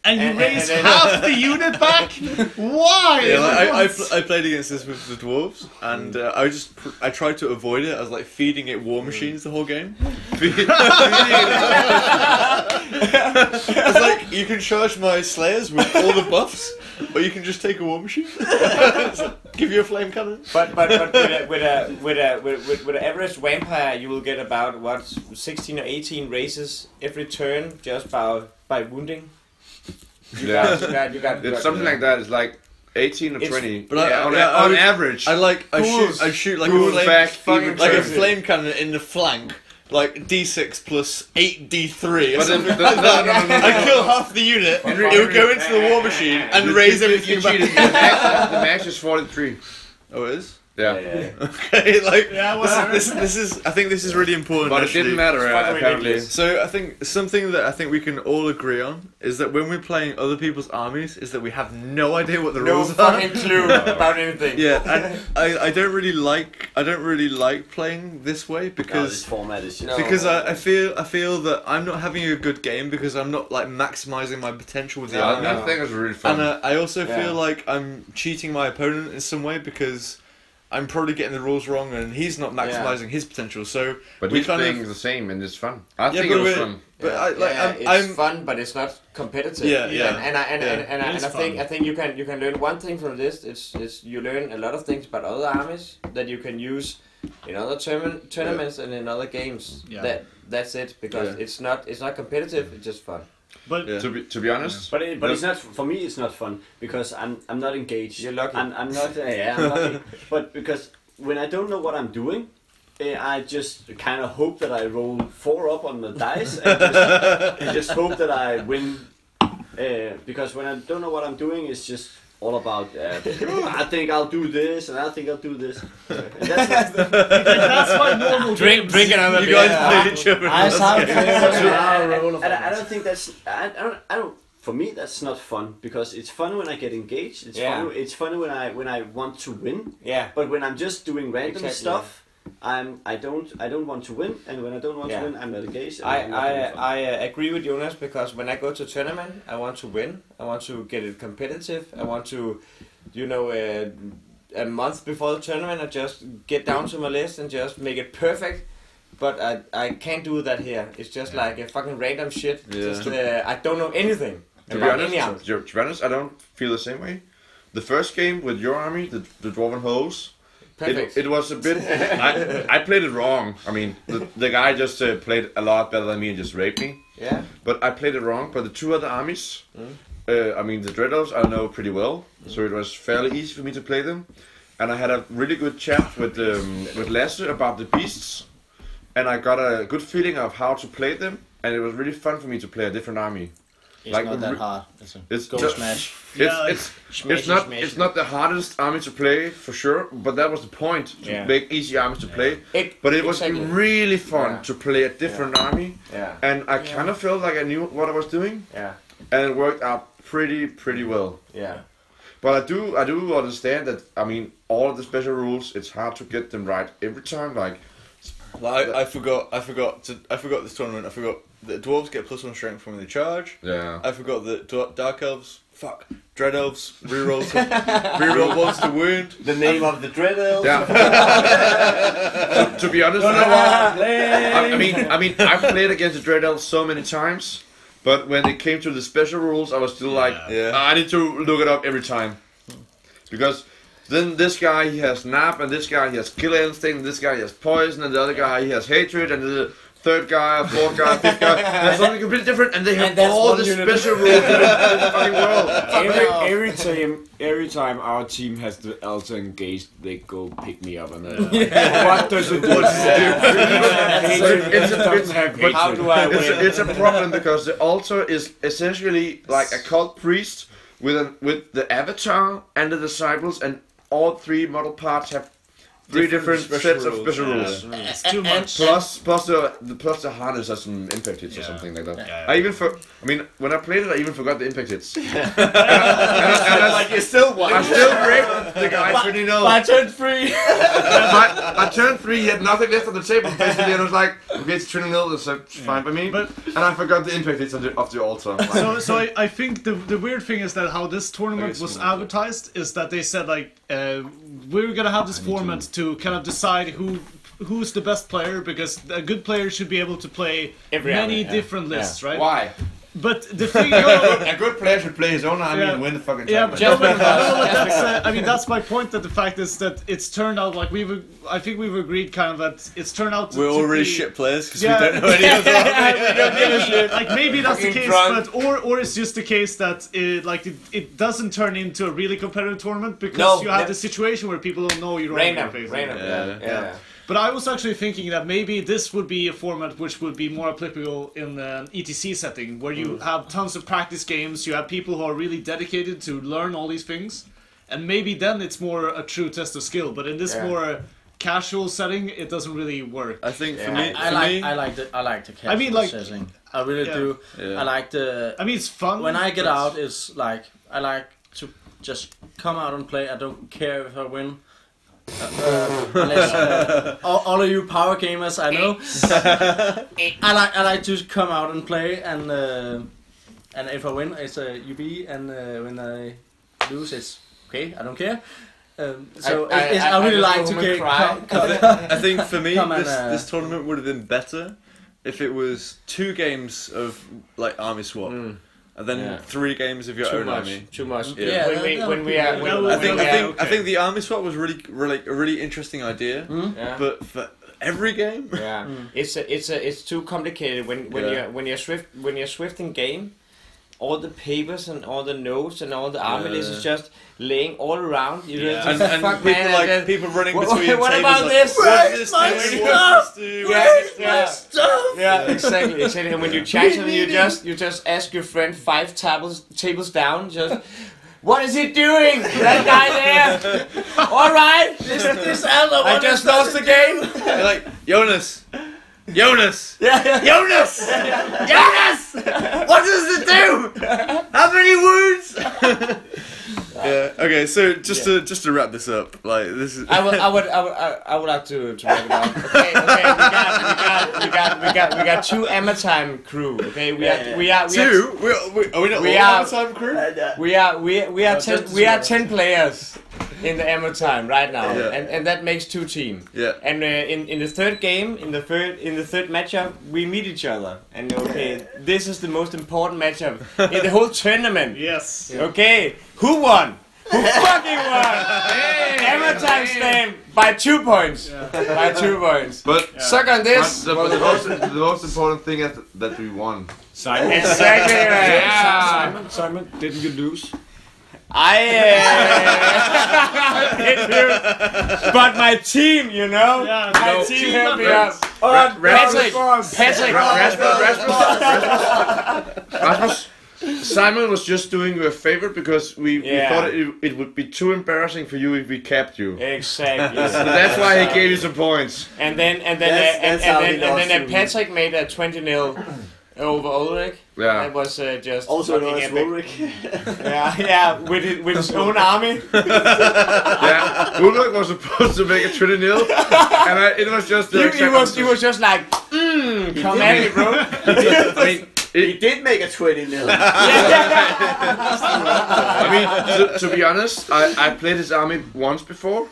H: and you
F: and-
H: raise
F: and-
H: half the unit back. Why?
E: Yeah, like, I, I,
H: What?
E: pl- I played against this with the dwarves, and uh, I just pr- I tried to avoid it. I was like feeding it war machines the whole game. it's like you can charge my slayers with all the buffs, or you can just take a war machine. It's like, Give you a flame cannon.
F: But but, but with, a, with a with a with with, with an average vampire, you will get about what sixteen or eighteen races every turn just by by wounding. You
T: Yeah.
F: got you got you got. you
T: It's
F: got-
T: something like that. It's like 18 or
F: It's-
T: 20.
E: But I-
T: yeah, on, a-
E: yeah, I
T: on
E: would-
T: average.
E: I like I
T: Ghouls.
E: shoot I shoot like
T: Ghouls
E: a flame,
T: back,
E: fucking-
T: even
E: like a
T: crazy.
E: flame cannon in the flank, like d6 plus eight d3. Or
T: but then,
E: something.
T: no, no, no, no, no,
E: I
T: no.
E: kill half the unit. It would go into the war machine and
T: You-
E: raise
T: you- you
E: everything back.
T: cheated. The max, the max is 43.
E: Oh, it is.
T: Yeah.
E: Okay, like
H: Yeah,
E: this, is-
H: whatever.
E: this, is- this is. I think this is really important.
T: But it
E: actually.
T: didn't matter, uh, apparently.
E: So I think something that I think we can all agree on is that when we're playing other people's armies, is that we have no idea what the
F: No
E: rules are.
F: fucking clue about anything.
E: Yeah, and I, I don't really like I don't really like playing this way
I: No, this
E: because
I: format is just.
F: No.
E: because
T: uh,
E: I, I feel I feel that I'm not having a good game because I'm not like maximizing my potential with the
T: Yeah,
E: army.
T: that thing was really fun.
E: And uh, I also
F: Yeah.
E: feel like I'm cheating my opponent in some way because I'm probably getting the rules wrong and he's not maximizing his potential. So
T: but
E: we
T: he's
E: kind
T: playing
E: of
T: the same and it's fun. I
E: yeah,
T: think it
E: but,
T: was
E: we're-
T: fun.
E: but
F: Yeah.
E: I, like
F: Yeah,
E: I'm,
F: it's
E: I'm
F: fun, but it's not competitive.
E: Yeah, yeah.
F: And, and I and,
E: Yeah.
F: and, and, I-
H: It is
F: and I think
H: fun.
F: I think you can you can learn one thing from this. It's it's you learn a lot of things about other armies that you can use in other tourna- tournaments and in other games.
H: Yeah.
F: That that's it because
E: Yeah.
F: it's not it's not competitive. It's just fun.
H: But
D: Yeah.
E: To be to be honest,
O: But it, but
E: No.
O: it's not for me. It's not fun because I'm I'm not engaged.
F: You're lucky.
O: I'm, I'm not. uh, yeah, I'm lucky. but because when I don't know what I'm doing, eh, I just kind of hope that I roll four up on the dice and just, and just hope that I win. Uh, because when I don't know what I'm doing, it's just all about. Uh, I think I'll do this, and I think I'll do this. And that's not-
H: that's my normal
F: Drink, drink another
D: You guys played each other.
G: I sound
O: and, and-
G: roll of
O: and I, I
G: dice.
O: don't think that's. I, I don't. I don't. For me, that's not fun because it's fun when I get engaged. It's
F: Yeah.
O: fun. It's fun when I when I want to win.
F: Yeah.
O: But when I'm just doing random
F: Exactly.
O: stuff, I'm I don't I don't want to win, and when I don't want
F: Yeah.
O: to win, I'm not engaged. and
F: I,
O: I'm not
F: I,
O: having fun.
F: I uh, agree with Jonas because when I go to tournament, I want to win. I want to get it competitive. I want to, you know, uh, a month before the tournament, I just get down to my list and just make it perfect. But I, I can't do that here. It's just like a fucking random shit.
D: Yeah.
F: Just uh, I don't know anything
E: to be
F: about
E: honest,
F: any art.
E: to, to be honest, I don't feel the same way. The first game with your army, the the dwarven holes,
F: Perfect.
E: It, it was a bit. I, I played it wrong. I mean, the, the guy just uh, played a lot better than me and just raped me.
F: yeah.
E: But I played it wrong. But the two other armies, uh, I mean, the Dreadnoughts I know pretty well, so it was fairly easy for me to play them. And I had a really good chat with um, with Lasse about the beasts, and I got a good feeling of how to play them. And it was really fun for me to play a different army.
G: It's not that
E: re-
G: hard. It's, a
E: It's
G: go
E: just-
G: smash.
E: It's,
H: Yeah,
E: it's,
G: smash
E: it's not
G: smash.
E: it's not the hardest army to play for sure, but that was the point to
F: Yeah.
E: make easy armies to play.
F: It-
E: But it was
F: exactly.
E: really fun
F: Yeah.
E: to play a different army,
F: Yeah.
E: and I kind of felt like I knew what I was doing,
F: Yeah.
E: and it worked out pretty pretty well.
F: Yeah.
E: But I do I do understand that I mean all of the special rules. It's hard to get them right every time. Like
D: Like, I, I forgot. I forgot. To, I forgot this tournament. I forgot that dwarves get plus one strength from when they charge.
E: yeah,
D: I forgot that dwar- dark elves. Fuck. Dread elves reroll some, reroll once to wound.
F: The name of the dreadel.
E: yeah. to, to be honest, I- I, I mean, I mean, I played against the Dread Elves so many times, but when it came to the special rules, I was still like,
D: Yeah.
E: I need to look it up every time, because then this guy he has nap, and this guy he has killer instinct, and this guy he has poison, and the other guy he has hatred, and the third guy, fourth guy, fifth guy, that's something completely different, and they have
G: And that's
E: all
G: one
E: the
G: unit.
E: special rules in the fucking world.
U: Every, every time, every time our team has the Elsa engaged, they go pick me up and they're like, "What does it do?"
E: It's a- it's a- it's-
U: doesn't have
E: but-
F: How do I
E: it's, a,
F: win?
E: it's a problem because the altar is essentially like a cult priest with an, with the avatar and the disciples, and all three model parts have three different,
D: Different special
E: sets of
D: rules,
E: special
D: yeah.
E: rules.
G: It's
H: too much.
E: Plus, plus the, the plus the harness has some impact hits or
H: Yeah.
E: something like that.
H: Yeah.
E: I even for I mean when I played it, I even forgot the impact hits. and I, and I-
F: Like you still
E: I
F: one.
E: still raped the guy pretty know.
G: I turned three.
E: I, I turned three, he had nothing left on the table basically, and I was like, okay, it's 2 0, that's uh, fine by me.
H: But-
E: and I forgot the impact hits of the, of the altar. Like,
H: so so I, I think the the weird thing is that how this tournament
E: guess
H: was
E: we'll do it.
H: advertised is that they said like uh, we're gonna have this format to kind of decide who who's the best player because a good player should be able to play
F: Every
H: many
F: other, yeah.
H: different lists, right?
E: Why?
H: But the thing. no,
E: A good player should play his own army
H: Yeah.
E: and win the fucking
H: Yeah, but,
E: tournament.
H: no, but- no, but that's, uh, I mean, that's my point. That the fact is that it's turned out like we've. I think we've agreed kind of that it's turned out.
D: We're
H: to
D: all really
H: be,
D: shit players because
H: Yeah.
D: we don't know any of them.
H: Like maybe that's the
F: Fucking
H: case,
F: drunk.
H: but or or it's just the case that it like it, it doesn't turn into a really competitive tournament because
F: No,
H: you have
F: no.
H: the situation where people don't know you're
F: Random. Random. Yeah.
D: Yeah.
F: Yeah.
H: But I was actually thinking that maybe this would be a format which would be more applicable in an ETC setting where you
F: Mm.
H: have tons of practice games, you have people who are really dedicated to learn all these things, and maybe then it's more a true test of skill. But in this
F: Yeah.
H: more casual setting, it doesn't really work.
D: I think for
F: Yeah.
D: me, for
G: I like
D: me,
G: I like the I like the casual
H: I mean, like-
G: setting. I really
H: Yeah.
G: do.
D: Yeah.
G: I like the
H: I mean, it's fun.
G: when I get
H: but-
G: out. It's like I like to just come out and play. I don't care if I win. Uh, unless, uh, all, all of you power gamers, I know. I like I like to come out and play, and uh, and if I win, it's a UB, and uh, when I lose, it's okay. I don't care. Um, so
F: I- I-
G: it's,
F: I-
G: I,
F: I
G: really
F: just
G: like
F: go
G: to
F: home and
G: get,
F: cry.
G: come, come,
D: I think for me,
G: Come on,
D: this,
G: uh,
D: this tournament would have been better if it was two games of like army swap,
T: Hmm.
D: and then
F: Yeah.
D: three games of your
F: Too
D: own
F: much.
D: army.
F: Too much.
D: Yeah.
G: Yeah,
F: When
G: that-
F: we
G: that
F: when
G: would
F: we
G: be
F: are
G: good.
F: when,
D: I
F: when
D: think
F: we
D: I
F: are-
D: think I
H: okay.
D: think the army swap was really really a really interesting idea,
F: Yeah.
D: but for every game,
F: Hmm. yeah, it's a, it's a, it's too complicated when when
D: Yeah.
F: you're when you're swift when you're swift in game. all the papers and all the notes and all the army lists is just laying all around. You know,
E: Yeah.
F: just,
E: And, and
F: fuck
E: people
F: man,
E: like
F: and then-
E: people running
F: What-
E: between
F: what
E: tables.
F: about
E: like,
F: this?
E: Where's this
V: Where's
E: thing?
V: my
E: What's this do?
F: Yeah,
E: Yeah.
F: yeah. Yeah, exactly, exactly. And when you chat them, you just you just ask your friend five tables tables down. Just what is he doing? That guy there. All right, this this Aldo. I just lost the game.
E: They're like Jonas, Jonas,
F: Yeah, yeah.
E: Jonas, Jonas. What does it do? How many wounds? yeah. Okay. So just to just to wrap this up, like this is.
F: I would, I would, I would, I I would like to, to wrap it up. Okay, okay, we got, we got, we got, we got, we got two Emma time crew. Okay, we
G: Yeah,
F: are,
G: yeah.
F: we are, we are,
E: Two? We are, we, are we not
F: We
E: all
F: are-
E: time crew?
F: we are, we are, we are ten,
E: just
F: we are
E: zero.
F: ten players in the Emma time right now,
E: Yeah.
F: and and that makes two team.
E: Yeah.
F: And uh, in in the third game, in the third in the third matchup, we meet each other. And okay, this is the most important matchup in the whole tournament.
H: Yes.
F: Okay, who won? Who fucking won? Hammer time stamp by two points. By two points.
T: But
F: Suck on this.
T: the, but the, most, the most important thing is that we won.
O: Simon.
F: Exactly right.
O: Simon, Simon, didn't you lose?
F: I. Uh, it hurt. but my team, you know,
H: Yeah,
F: my
H: no.
F: team
H: Team
F: helped me
H: numbers.
F: out. Oh, Patrick, Patrick,
T: Rasmus, Simon was just doing you a favor because we,
F: Yeah.
T: we thought it, it would be too embarrassing for you if we kept you.
F: Exactly.
T: So that's why he gave you some points.
F: And then and then
G: That's-
F: uh, and,
G: that's
F: and
G: how
F: then
G: he
F: and
G: lost
F: then uh,
G: to-
F: Patrick made a twenty 0 over Ulrich.
T: Yeah.
F: That was uh, just
G: Also
F: fucking
G: known as
F: epic.
G: Ulrich.
F: Yeah, yeah, with his, with his own army.
T: Yeah, Ulrich was supposed to make a trinity and I, it was just the
F: You, he
T: exact
F: was he
T: opposite.
F: was just like, mm, come at me, bro.
T: I mean,
G: He did make a 20 nil.
T: I mean to, to be honest, I, I played his army once before,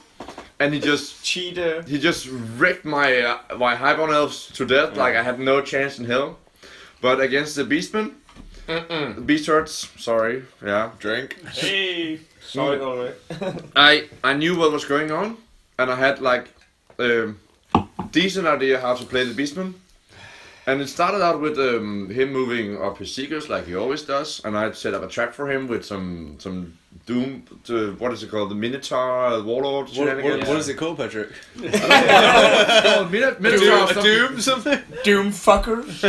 T: and he just
F: Cheater.
T: he just ripped my uh, my Highborn elves to death. Like
F: Mm.
T: I had no chance in hell. But against the beastmen, the beast hurts. Sorry, yeah. Mm.
E: Drink.
F: Hey, sorry, Ulrich.
T: I I knew what was going on, and I had like um, decent idea how to play the beastman. And it started out with um, him moving up his seekers like he always does, and I set up a trap for him with some some doom. To, what is it called? The minotaur uh, warlord.
E: What, what,
T: shenanigans?
E: what is it called, Patrick?
T: Oh, Mino- Minotaur
E: Doom,
T: something.
E: doom something?
F: Doom fucker.
T: It's,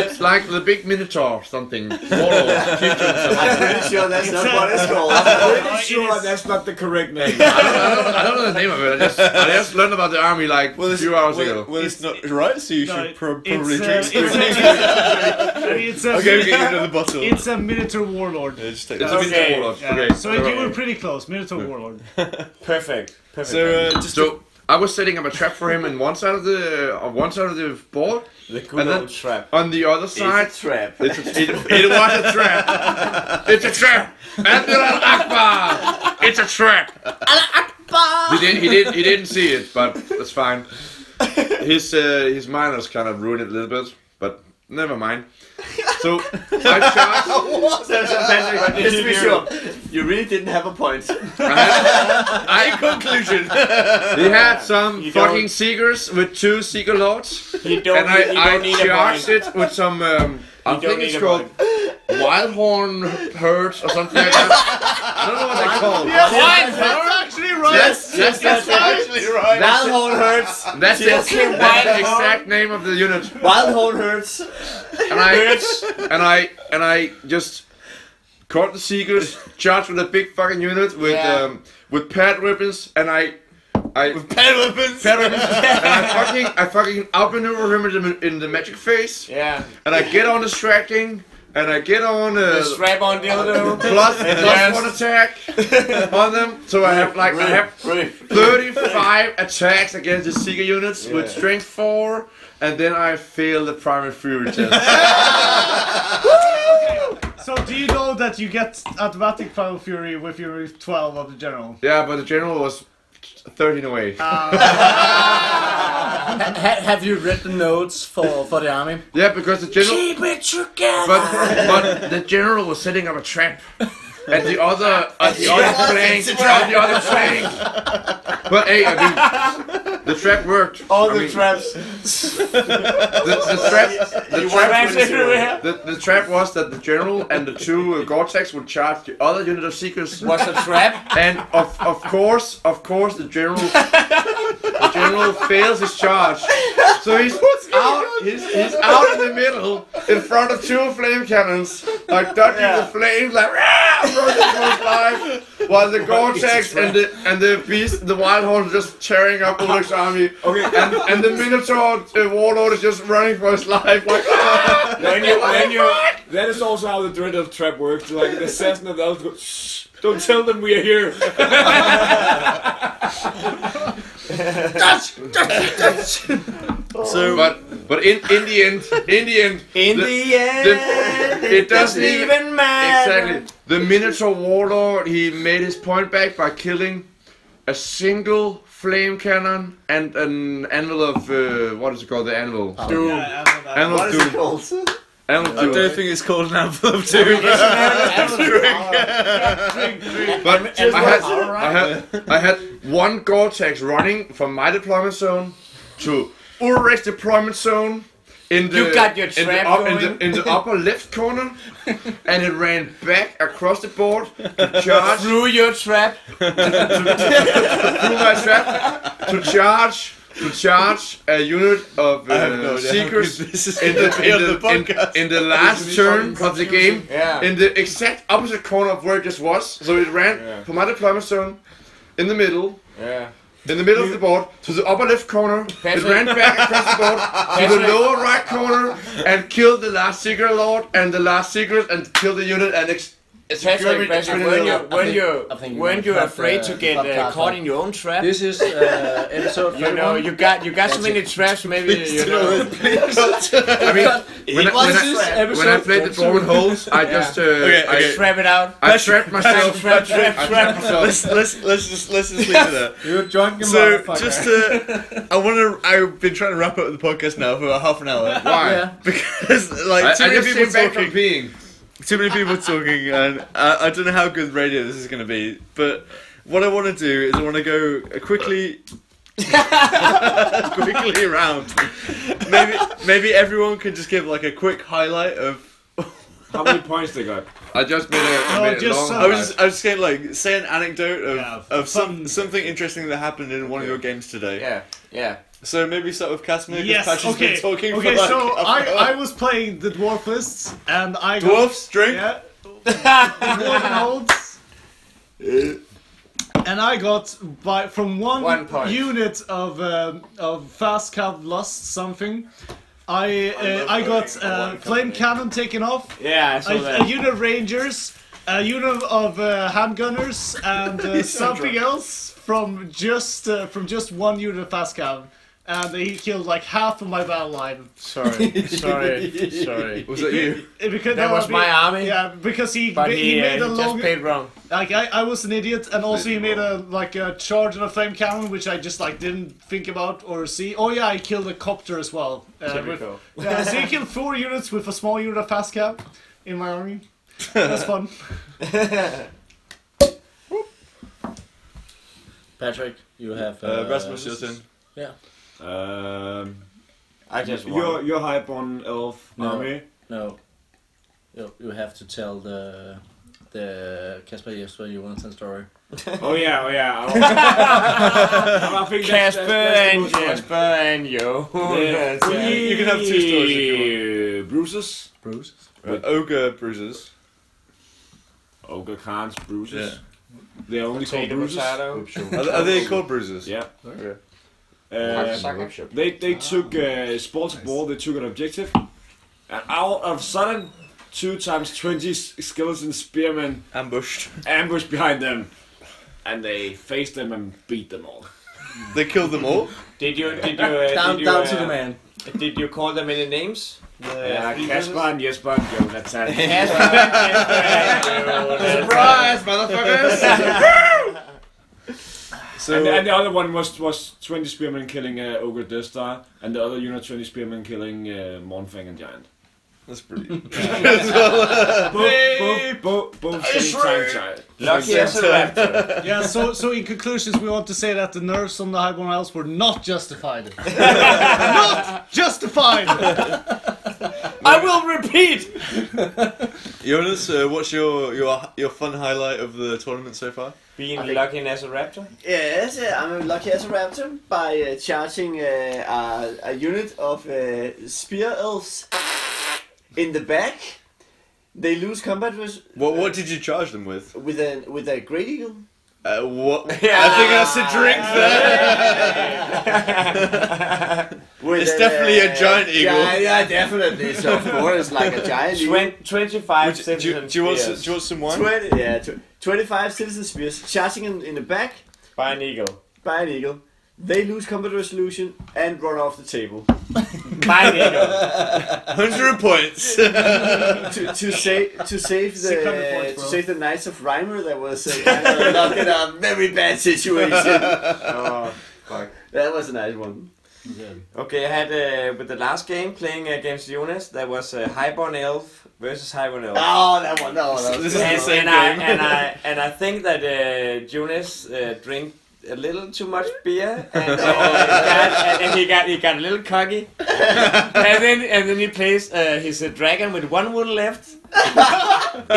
T: it's like the big minotaur something. Warlord. Keep to himself.
G: I'm pretty sure that's not what it's called. I'm
H: Uh,
G: pretty sure
O: Sure, that's not the correct name.
T: I don't, I, don't, I don't know the name of it. I just, I just learned about the army like a few hours
E: Well,
T: ago.
E: well, it's not right, so you
H: No,
E: should pro-
H: it's,
E: probably
H: uh,
E: drink.
H: it's,
E: something.
H: a- it's a,
E: okay, we get you another bottle.
H: it's a Minotaur Warlord.
E: Yeah, just take
T: it's
E: that.
T: a minotaur
F: okay.
T: warlord.
H: Yeah.
T: Okay.
H: So you were pretty close, Minotaur Warlord.
F: Perfect. Perfect.
E: so uh, just
T: So I was setting up a trap for him on one side of the on one side of the board,
F: the good
T: and then-
F: old trap.
T: on the other side.
G: It's a trap.
T: It's a, it, it was a trap. It's a trap. Abdul Akbar. It's a trap. He didn't. He didn't. He didn't see it, but that's fine. His uh, his miners kind of ruined it a little bit, but never mind. So I charged.
G: So, so Patrick, just to be sure, you really didn't have a point.
T: I conclusion. He had some
F: You
T: fucking
F: don't-
T: seekers with two seeker lords,
F: You don't,
T: and
F: need, you
T: I,
F: don't
T: I
F: need a
T: charged
F: point.
T: it with some. Um, I
F: You don't
T: think
F: need
T: it's
F: a
T: called wild horn herds or something like that. I don't know what they're called.
H: That's actually right.
T: That's that's that's,
E: actually right.
G: Wild Horn Hurts.
T: that's, it. that's
F: Wild
T: the
F: horn.
T: exact name of the unit.
G: Wild Horn Hurts.
T: And I and I and I just caught the seekers, charged with a big fucking unit with
F: Yeah.
T: um, with pad weapons, and I I
E: Pen weapons.
T: Better- and I fucking, I fucking outmaneuver him in the, in the magic face,
F: Yeah.
T: and I get on distracting, and I get on uh,
F: The strap on dildo.
T: plus- plus one attack on them. So I have like I have thirty-five attacks against the Seeker units with strength four, and then I fail the primary fury test.
H: So do you know that you get automatic Final Fury with your 12 of the general?
T: yeah, but the general was thirteen away.
V: Ha- have you read the notes for, for the army?
T: Yeah, because the general.
V: Keep it together.
T: But but the general was setting up a trap at the other at the other flank on the other flank. But hey, I mean, The trap worked.
F: All
T: I
F: the
T: mean,
F: traps.
T: The, the trap. The
F: You
T: trap
F: traps everywhere.
T: The, the trap was that the general and the two uh, Gore-Tex would charge the other unit of Seekers,
F: Was a trap.
T: and of of course, of course, the general the general fails his charge, so he's out. He's, he's out in the middle, in front of two flame cannons, like dodging the flames, like "Rah!" across the first line, while the Gore-Tex and the and the beast, the wild horse, just tearing up Ulrich's army,
O: Okay.
T: and and the Minotaur uh, warlord is just running for his life, like. "Ah!"
O: when you, when you, that is also how the dread of trap works. Like the Cessna, they'll go, shh, don't tell them we are here.
T: So, but but in, in the end, in the end,
F: In
T: the-
F: the, end,
T: it doesn't even-
F: matter.
T: exactly. The Minotaur warlord he made his point back by killing a single flame cannon and an anvil of uh, what is it called? The anvil.
F: Oh.
T: Doom.
H: Yeah, after that.
T: Anvil
I: What
T: of
I: is it
T: doom.
I: called?
T: Anvil of
E: I don't
T: doom.
E: think it's called an Anvil of Doom.
T: But
F: Just
T: I
F: one
T: had,
F: power
T: I had I had one Gore-Tex running from my deployment zone to Ulrich's deployment zone. In the,
F: You got your
T: in the,
F: trap
T: up- in the-
F: going.
T: in the upper left corner, and it ran back across the board to charge
F: Through your trap.
T: through my trap to charge to charge a unit of uh,
E: have no idea how
T: seekers
E: good this is
T: in the,
E: gonna be
T: in,
E: on the
T: the, in-
E: podcast.
T: in the last turn of the game
F: Yeah.
T: in the exact opposite corner of where it just was so it ran
O: Yeah.
T: from my deployment zone in the middle
F: Yeah.
T: in the middle of the board to the upper left corner it
F: Patrick.
T: ran back across the board to the
F: Patrick.
T: lower right corner and killed the last seeker lord and the last seekers and killed the unit and ex-
F: Patrick,
T: German-
F: Patrick,
T: German-
F: when you
G: I
F: when
G: think-
F: you
G: I think you
F: when
G: might
F: you're
G: have,
F: afraid
G: uh,
F: to get uh,
G: podcast
F: caught
G: now.
F: in your own trap,
G: This is uh, episode 31.
F: you know you got you got so many traps. Maybe you know.
T: I mean when I, when I-
G: episode
T: when I played the Born Holes, I just uh,
E: okay.
T: I,
F: Trap it out.
T: I trapped myself.
F: Trap, trap,
T: I
F: trap.
T: trapped myself.
E: let's, let's, let's just let's just leave it there.
G: You're drunk, you
E: So
G: motherfucker.
E: just uh, I want to. I've been trying to wrap up the podcast now for about half an hour
T: Why?
G: Yeah.
E: because
T: I, I
E: like too many
T: just came
E: people
T: back from
E: talking,
T: peeing.
E: too many people talking, and I, I don't know how good radio this is going to be. But what I want to do is I want to go quickly, quickly around. Maybe maybe everyone could just give like a quick highlight of.
O: How many points they got?
T: I just made a, I
H: No,
T: made a
H: just
T: long.
H: some-
E: I was just, I was just going like say an anecdote of,
H: Yeah,
E: of some,
H: fun.
E: something interesting that happened in one of your games today.
F: Yeah, yeah.
E: So maybe start with Casimir because
H: Yes.
E: Patrick's
H: okay.
E: been talking
H: okay.
E: for like
H: so
E: half an hour.
H: I, I was playing the dwarf lists and I got-
E: Dwarfs drink.
H: Yeah. Dwarvenholds. And I got by from one,
F: One point.
H: unit of um, of fast card lust something. I uh, I, got uh, flame cannon taken off.
F: Yeah, I
H: A,
F: saw
H: a
F: that.
H: unit of rangers, a unit of uh, handgunners, and uh, something else from just uh, from just one unit of fast cannon. And he killed like half of my battle line.
F: Sorry, sorry, sorry.
T: was it you?
H: Uh, Because
F: That
H: no,
F: was
H: be-
F: my army.
H: Yeah, because he
F: But
H: he,
F: he, uh,
H: made a long
F: just paid wrong.
H: like I, I was an idiot, and also he made a like a charge on a flame cannon, which I just like didn't think about or see. Oh yeah, I killed a copter as well. Uh, with-
F: Typical.
H: yeah, so he killed four units with a small unit of fast cap in my army. That's fun.
G: Patrick, you have.
E: Uh, Rasmus, your turn.
O: Um,
F: I just
O: your
F: won.
O: your hype on elf
G: No.
O: army.
G: No. You, you have to tell the the Casper Jesper Johansen story.
O: Oh yeah, oh yeah. I, I think that's,
F: Casper
O: that's, that's the
F: and
O: most fun.
F: Casper and Jonas.
O: Yeah.
F: Yeah.
E: You can have two stories if
O: Uh, Bruises.
G: Bruce?
E: With ogre bruises.
O: Ogre Khan's bruises.
E: Yeah.
O: They're only called
F: Potato,
O: bruises.
F: potato.
E: Are, are they called bruises?
O: Yeah.
E: Okay.
O: Uh,
F: um,
O: They they took uh, sports ball. They took an objective, and out of sudden, two times twenty s- skeleton spearmen
E: Ambushed.
O: ambushed behind them, and they faced them and beat them all.
E: They killed them all.
F: Did you did you uh,
G: Down,
F: did you,
G: down to
F: uh,
G: the man.
F: Did you call them any names?
O: Yeah, Caspar Uh, and Jesper and Jonathan.
T: Surprise, motherfuckers!
E: So
O: And, and the other one was was twenty spearmen killing uh, Ogre Death Star, and the other unit twenty spearmen killing uh, Mornfang and Giant.
E: That's brilliant.
O: Both, both, both, both same time child.
F: Lucky as a raptor.
H: Yeah, so so in conclusions, we want to say that the nerves on the Highborn Isles were not justified. not justified.
F: I will repeat.
E: Jonas, uh, what's your, your your fun highlight of the tournament so far?
F: Being lucky as a raptor.
I: Yes, uh, I'm lucky as a raptor by uh, charging uh, a, a unit of uh, spear elves in the back. They lose combat with
E: What what did you charge them with?
I: with a with a great eagle.
E: Uh, what? I think that's a drink there.
I: With uh,
E: It's definitely a giant eagle.
I: Yeah, yeah, definitely. So of course, like a giant eagle.
F: Twen- 25
E: Would you- do, you,
F: citizen
E: do you want some,
F: spears
E: do you want some wine?
I: Twen- yeah, tw- 25 citizen spears charging in, in the back
F: by an eagle.
I: by an eagle. They lose combat resolution and run off the table.
F: By an eagle.
E: Hundred points.
I: to, to save to save
H: 600
I: the
H: points,
I: to
H: bro.
I: save the Knights of Rhymer that was uh, kind of not in a very bad situation.
F: Oh,
I: That was a nice one.
F: Okay, I had uh, with the last game playing against Jonas, there was uh, Highborn Elf versus Highborn Elf.
I: Oh, that one, that one. That was
E: This is the
F: and,
E: same
F: and I,
E: game.
F: and I and I think that uh, Jonas uh, drank a little too much beer, and, uh, got- and, and he got he got a little cocky, and then and then he plays uh, his uh, dragon with one wound left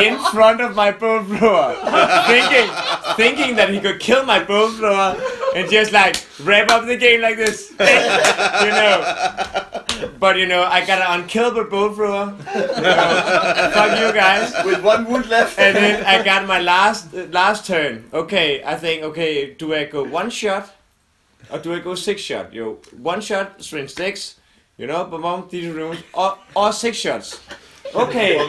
F: in front of my bow thrower, thinking thinking that he could kill my bow thrower, and just like wrap up the game like this, you know. But you know, I got an unkillable bow thrower. You know, fuck you guys
I: with one wound left.
F: and then I got my last uh, last turn. Okay, I think okay, do I go one shot or do I go six shot? Yo, one shot, swing six, you know, but mom these rooms or, or six shots. Okay.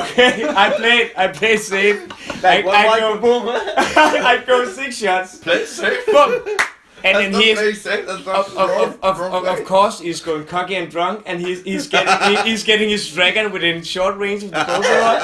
F: Okay, I played I played safe.
I: Like,
F: I,
I: one,
F: I
I: one,
F: go
I: boom.
F: I go six shots.
S: Play safe.
F: Boom. And then he's
S: Play safe. That's not
F: of, of, of, of, of course, he's going cocky and drunk, and he's he's getting he- he's getting his dragon within short range of the Pokemon.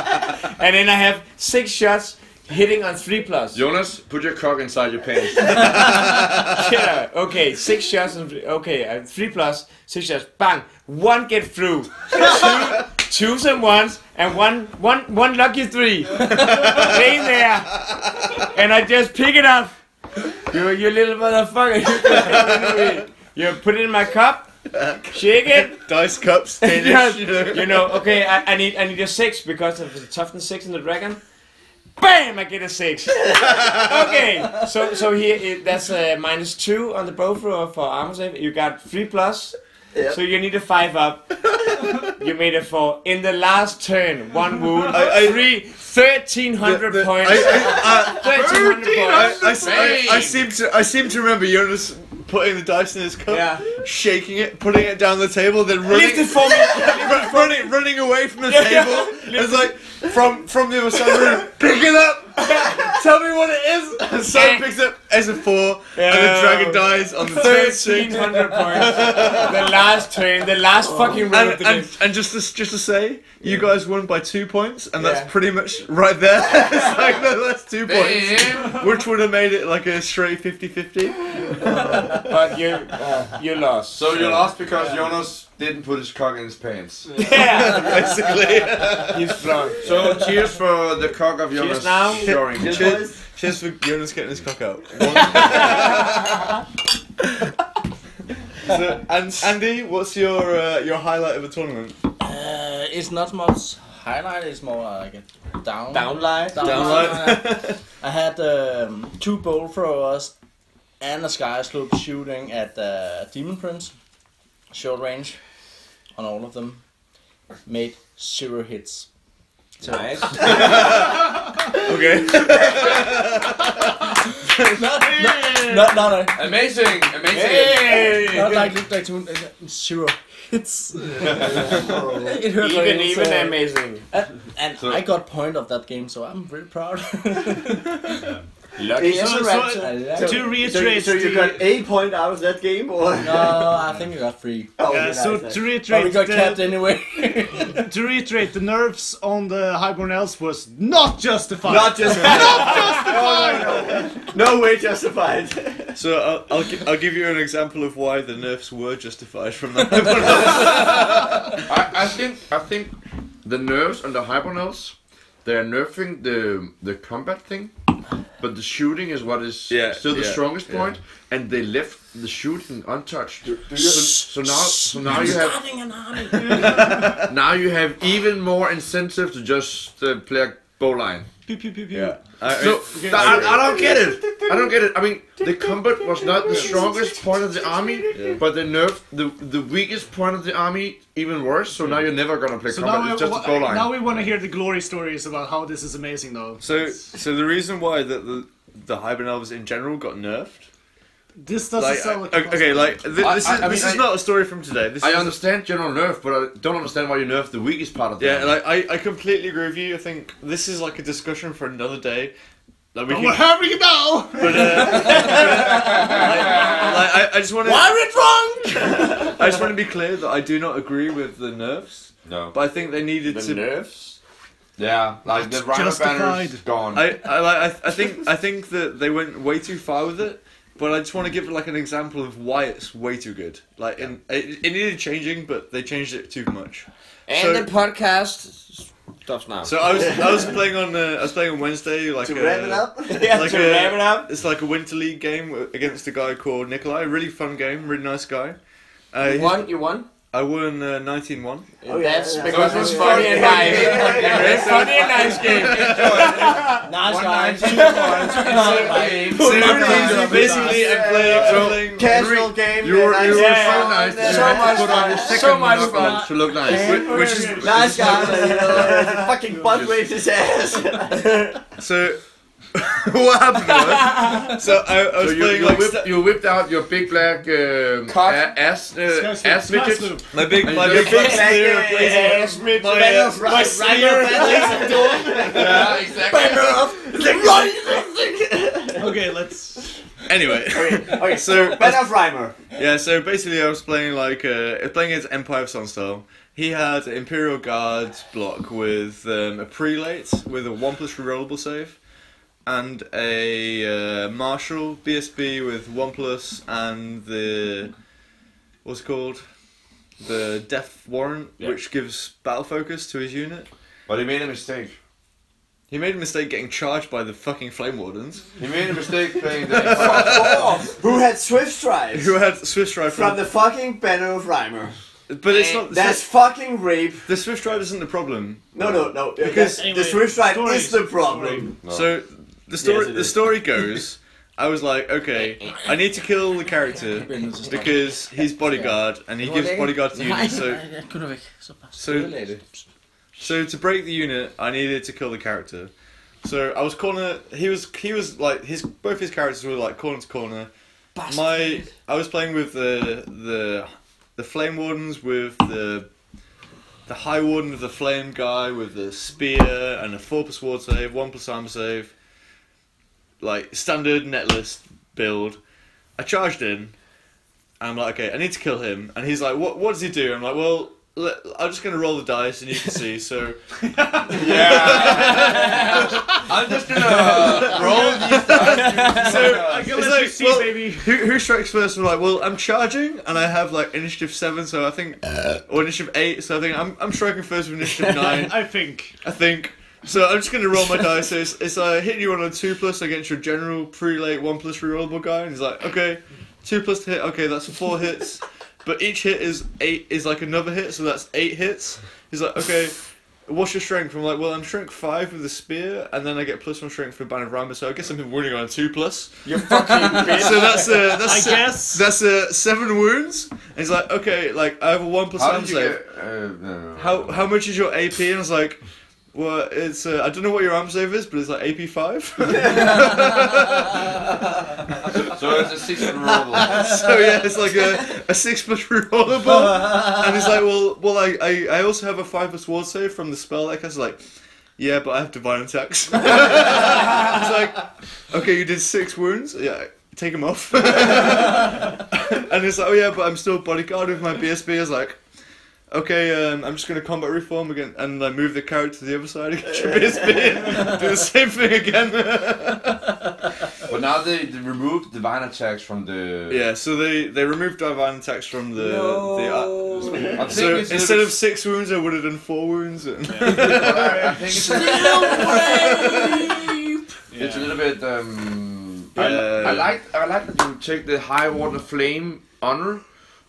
F: and then I have six shots hitting on three plus.
S: Jonas, put your cock inside your pants.
F: Yeah, okay, six shots and three, okay, uh, three plus, six shots, bang, one get through, two, twos and ones, and one one one lucky three, stay there, and I just pick it up. You you little motherfucker, you just come with me. You put it in my cup, shake it.
E: Dice cups.
F: Yes,
E: Danish.
F: you know, okay, I, I need I need a six because of the toughness six in the dragon. Bam! I get a six. okay, so so here it, that's a minus two on the bow throw for armor save. You got three plus,
I: Yep.
F: so you need a five up. you made a four in the last turn. One wound,
E: I- I-
F: three, thirteen hundred
E: The-
F: points.
E: I, I, uh,
F: Thirteen hundred
E: I,
F: points.
E: I, I, I seem to I seem to remember Jonas putting the dice in his cup,
F: Yeah.
E: shaking it, putting it down the table, then
F: Lift
E: running
F: it for me.
E: ru- running running away from the
F: Yeah, yeah.
E: table. It's like from from the other side of the room, pick it up. Tell me what it is. And Sam picks it up as a four, and the
F: Yeah.
E: dragon dies on the third
F: Thirteen
E: six.
F: hundred points. The last turn, the last fucking round of
E: And,
F: the game.
E: and, and just to, s- just to say, you guys won by two points, and
F: Yeah.
E: that's pretty much right there. it's like no, that's two points, which would have made it like a straight 50-50.
F: But you, you lost.
T: So you lost because Jonas didn't put his cock in his pants.
F: Yeah,
E: basically.
F: he's drunk.
T: So cheers for the cock of
F: Cheers
T: Jonas
F: now.
T: showing.
I: Just
E: Cheers.
I: was-
E: Cheers for Jonas getting his cock out. so, and Andy, what's your uh, your highlight of the tournament?
G: Uh, it's not much highlight. It's more like a down.
F: Downline.
G: down
E: Downlight.
G: line. I had um, two bowl throwers and a sky slope shooting at uh, Demon Prince, short range, on all of them. Made zero hits.
F: Nice.
E: Okay.
G: No, no, no.
T: Amazing, amazing.
G: Not like looked like two, uh, zero hits. it hurt like
F: even
G: it's,
F: even
G: uh,
F: amazing.
G: And I got point of that game, so I'm really proud.
I: Lucky
H: So-
I: as a
H: so-
I: raptor.
H: to
I: So, you-
H: reiterate,
I: so you
H: the-
I: got a point out of that game, or
G: no, I think I got three.
I: Oh,
H: yeah,
I: nice,
H: uh, so
I: nice.
H: to
G: But we
H: reiterate,
G: got
H: the-
G: capped anyway.
H: to reiterate, the nerves on the Highborn Elves was not justified.
I: not justified. no way justified.
E: So I'll, I'll, gi- I'll give you an example of why the nerfs were justified from that.
T: I, I think I think the nerves and the hypernels, they're nerfing the the combat thing, but the shooting is what is
E: Yeah,
T: still the
E: yeah,
T: strongest
E: yeah.
T: point, and they left the shooting untouched. so, so now, so now you have
G: Starting an army.
T: now you have even more incentive to just uh, play a bowline.
H: Pew, pew, pew, pew.
E: Yeah. I,
T: No, th- I, I don't get it. I don't get it. I mean, the combat was not the strongest point of the army, but they nerfed the the weakest point of the army even worse. So now you're never gonna play
H: So
T: combat.
H: now,
T: it's
H: I,
T: just a goal line.
H: now we want to hear the glory stories about how this is amazing, though.
E: so so the reason why the the, the hybrid elves in general got nerfed.
H: this doesn't
E: Like
H: sound
D: uh,
H: like
E: okay, okay, like th-
T: I-
E: this is
T: I- I
E: this
T: mean,
E: is
T: I-
E: not a story from today. This
T: I
E: is
T: understand general nerf, but I don't understand why you nerf the weakest part of the
E: Yeah,
T: army.
E: like I, I completely agree with you. I think this is like a discussion for another day. Like we can,
H: But we're
E: like,
H: having it now.
E: I, I just want to. Why it wrong? I just want to be clear that I do not agree with the nerfs,
T: no.
E: but I think they needed to.
T: nerfs. Yeah, like the rhino banner's
H: justified.
T: gone.
E: I, I like I, I think I think that they went way too far with it. But I just want to give like an example of why it's way too good. Like, and it, it needed changing, but they changed it too much.
T: and
E: so-
T: the podcast stops now.
E: So I was I was playing on uh, I was playing on Wednesday like
F: To wrap
E: uh,
F: it up? yeah,
E: like
F: to
E: a-
F: wrap it up?
E: It's like a winter league game against a guy called Nikolai. Really fun game. Really nice guy. Uh,
F: You
E: he's-
F: won? You won?
E: I won uh, 19-1.
F: That's
T: because it's funny and
F: nice. Funny and nice game. Nice
E: So basically, basically, I'm playing. I'm playing-
F: Casual game.
T: you were, you were
F: yeah.
T: so nice.
F: So
T: you had to
F: much
T: put on
F: fun.
T: your second
F: So much
T: knuckle
F: fun.
T: to look nice.
E: whi- Which is
F: Nice guy, you know, fucking butt waved his ass.
E: so. what happened was, so I, I was
T: So you,
E: playing
T: you,
E: like
T: whipped,
E: sta-
T: you whipped out your big black um, a-
F: Cock.
T: ass, uh,
H: Sky
T: ass
H: Sloop, Sky
T: midget.
H: Sloop.
E: my big
T: and
E: my
T: you
E: big
T: just-
E: black sleeve of blazing my, uh,
F: My
T: Yeah, exactly.
H: Okay, let's.
E: anyway.
F: Okay,
E: So
F: Ben of Reimer.
E: Yeah, so basically I was playing like uh, I was playing against Empire of Sunstorm. He had an Imperial Guard block with um, a prelate with a one plus rerollable save, and a uh, Marshal BSB with one plus and the what's it called the Death Warrant,
T: Yeah.
E: which gives battle focus to his unit.
T: But he made a mistake.
E: He made a mistake getting charged by the fucking Flame Wardens,
T: He made a mistake playing the.
F: Who had swift stripes
E: who had Swiss Drive
F: from the fucking banner of Reimer.
E: But it's not
F: That's fucking rape.
E: the Swiss Drive isn't the problem.
F: No, no, no. Because
H: Anyway,
F: the swift stripe
H: story-
F: is the problem.
E: So the story
F: Yes, it
E: the
F: is.
E: story goes. I was like, okay, I need to kill the character because he's bodyguard and he gives bodyguard to unit. So
G: Nej, jeg kunne da ikke. Så bare
E: so so to break the unit, I needed to kill the character. So I was corner. He was he was like his both his characters were like corner to corner. My I was playing with the the the flame wardens with the the high warden of the flame guy with the spear and a four plus ward save, one plus armor save, like standard netlist build. I charged in. And I'm like, okay, I need to kill him. And he's like, what? What does he do? I'm like, well, le- I'm just gonna roll the dice, and you can see. So
T: I'm just gonna uh, roll these dice.
H: I
E: It's
H: can let you
E: like,
H: see,
E: well-
H: baby.
E: Who, who strikes first? I'm like, well, I'm charging, and I have like initiative seven, so I think, or initiative eight, so I think I'm, I'm striking first with initiative nine,
H: I think.
E: I think. So I'm just gonna roll my dice. So it's, it's like hitting you on a two plus against your general prelate one plus rerollable guy, and he's like, okay, two plus to hit, okay, that's four hits, but each hit is eight is like another hit, so that's eight hits. He's like, okay. What's your strength? I'm like, well, I'm strength five with the spear, and then I get plus one strength for Banner of Rhymer, so I guess I'm winning on a two plus.
F: You fucking bitch.
E: So that's uh, that's
H: I
E: se-
H: guess.
E: that's uh, seven wounds. And he's like, okay, like I have a one plus
T: How
E: arm
T: did you
E: save.
T: get? Uh, no, no, no.
E: How how much is your AP? And I was like, well, it's uh, I don't know what your arm save is, but it's like AP five.
T: So it's a six and roll.
E: so Oh, yeah, it's like a, a six plus rerollable. And he's like, well, well, I, I, I also have a five plus ward save from the spell. Like I was like, yeah, but I have divine attacks. it's like, okay, you did six wounds. Yeah. Take him off, and it's like, oh yeah, but I'm still bodyguard with my BSB. Is like, okay, um, I'm just gonna combat reform again, and I move the character to the other side against your BSB, do the same thing again.
T: But now they, they removed divine attacks from the.
E: yeah, so they they removed divine attacks from the the uh,
T: I think
E: So
T: it's
E: instead
T: the-
E: of six wounds, I would have done four wounds.
T: I think it's a, it's a
O: Yeah.
T: little bit. Um, I,
E: uh,
T: I like I like that you take the high water flame honor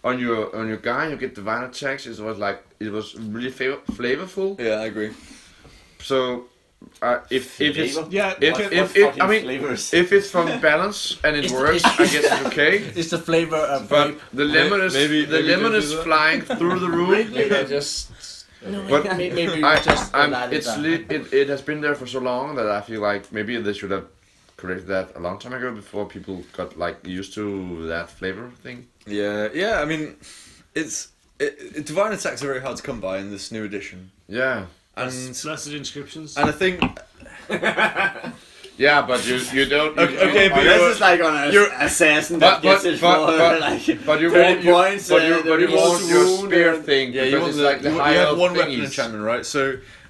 T: on your on your guy. You get divine attacks. It was like it was really fav- flavorful.
E: yeah, I agree.
T: So uh, if if it's
H: Yeah,
T: if,
H: okay.
T: if, if, I mean if it's from balance and it
G: It's-
T: works, I guess it's okay.
G: It's the flavor of
T: But
G: vape.
T: the lemon is
E: maybe-
T: the
E: maybe
T: lemon
E: don't
T: is
E: do that.
T: flying through the room.
G: Maybe I just.
T: But
G: may- maybe we
T: I,
G: just
T: I'm,
G: light it
T: um, it's
G: up.
T: li- it, it has been there for so long that I feel like maybe they should have corrected that a long time ago before people got like used to that flavor thing.
E: Yeah, yeah. I mean, it's it, it- divine attacks are very hard to come by in this new edition,
T: Yeah,
E: and
H: Blessed inscriptions.
E: and I think
T: yeah, but you you don't. You
E: okay, okay but
I: this
E: you're,
I: is like on an
E: you're-
I: assassin
T: but
I: that
T: but
I: gets it
T: but,
I: for
T: but,
I: like
T: but you
I: 30
T: want you,
I: points,
T: but
I: uh,
T: you, but
I: the
T: you want
I: resource
T: your
I: wound
T: spear
I: and-
T: thing
E: yeah, you
T: because
E: want
T: it's
E: the,
T: like the
E: you,
T: higher
E: you have one weapon
T: thingies.
E: enchantment, right? So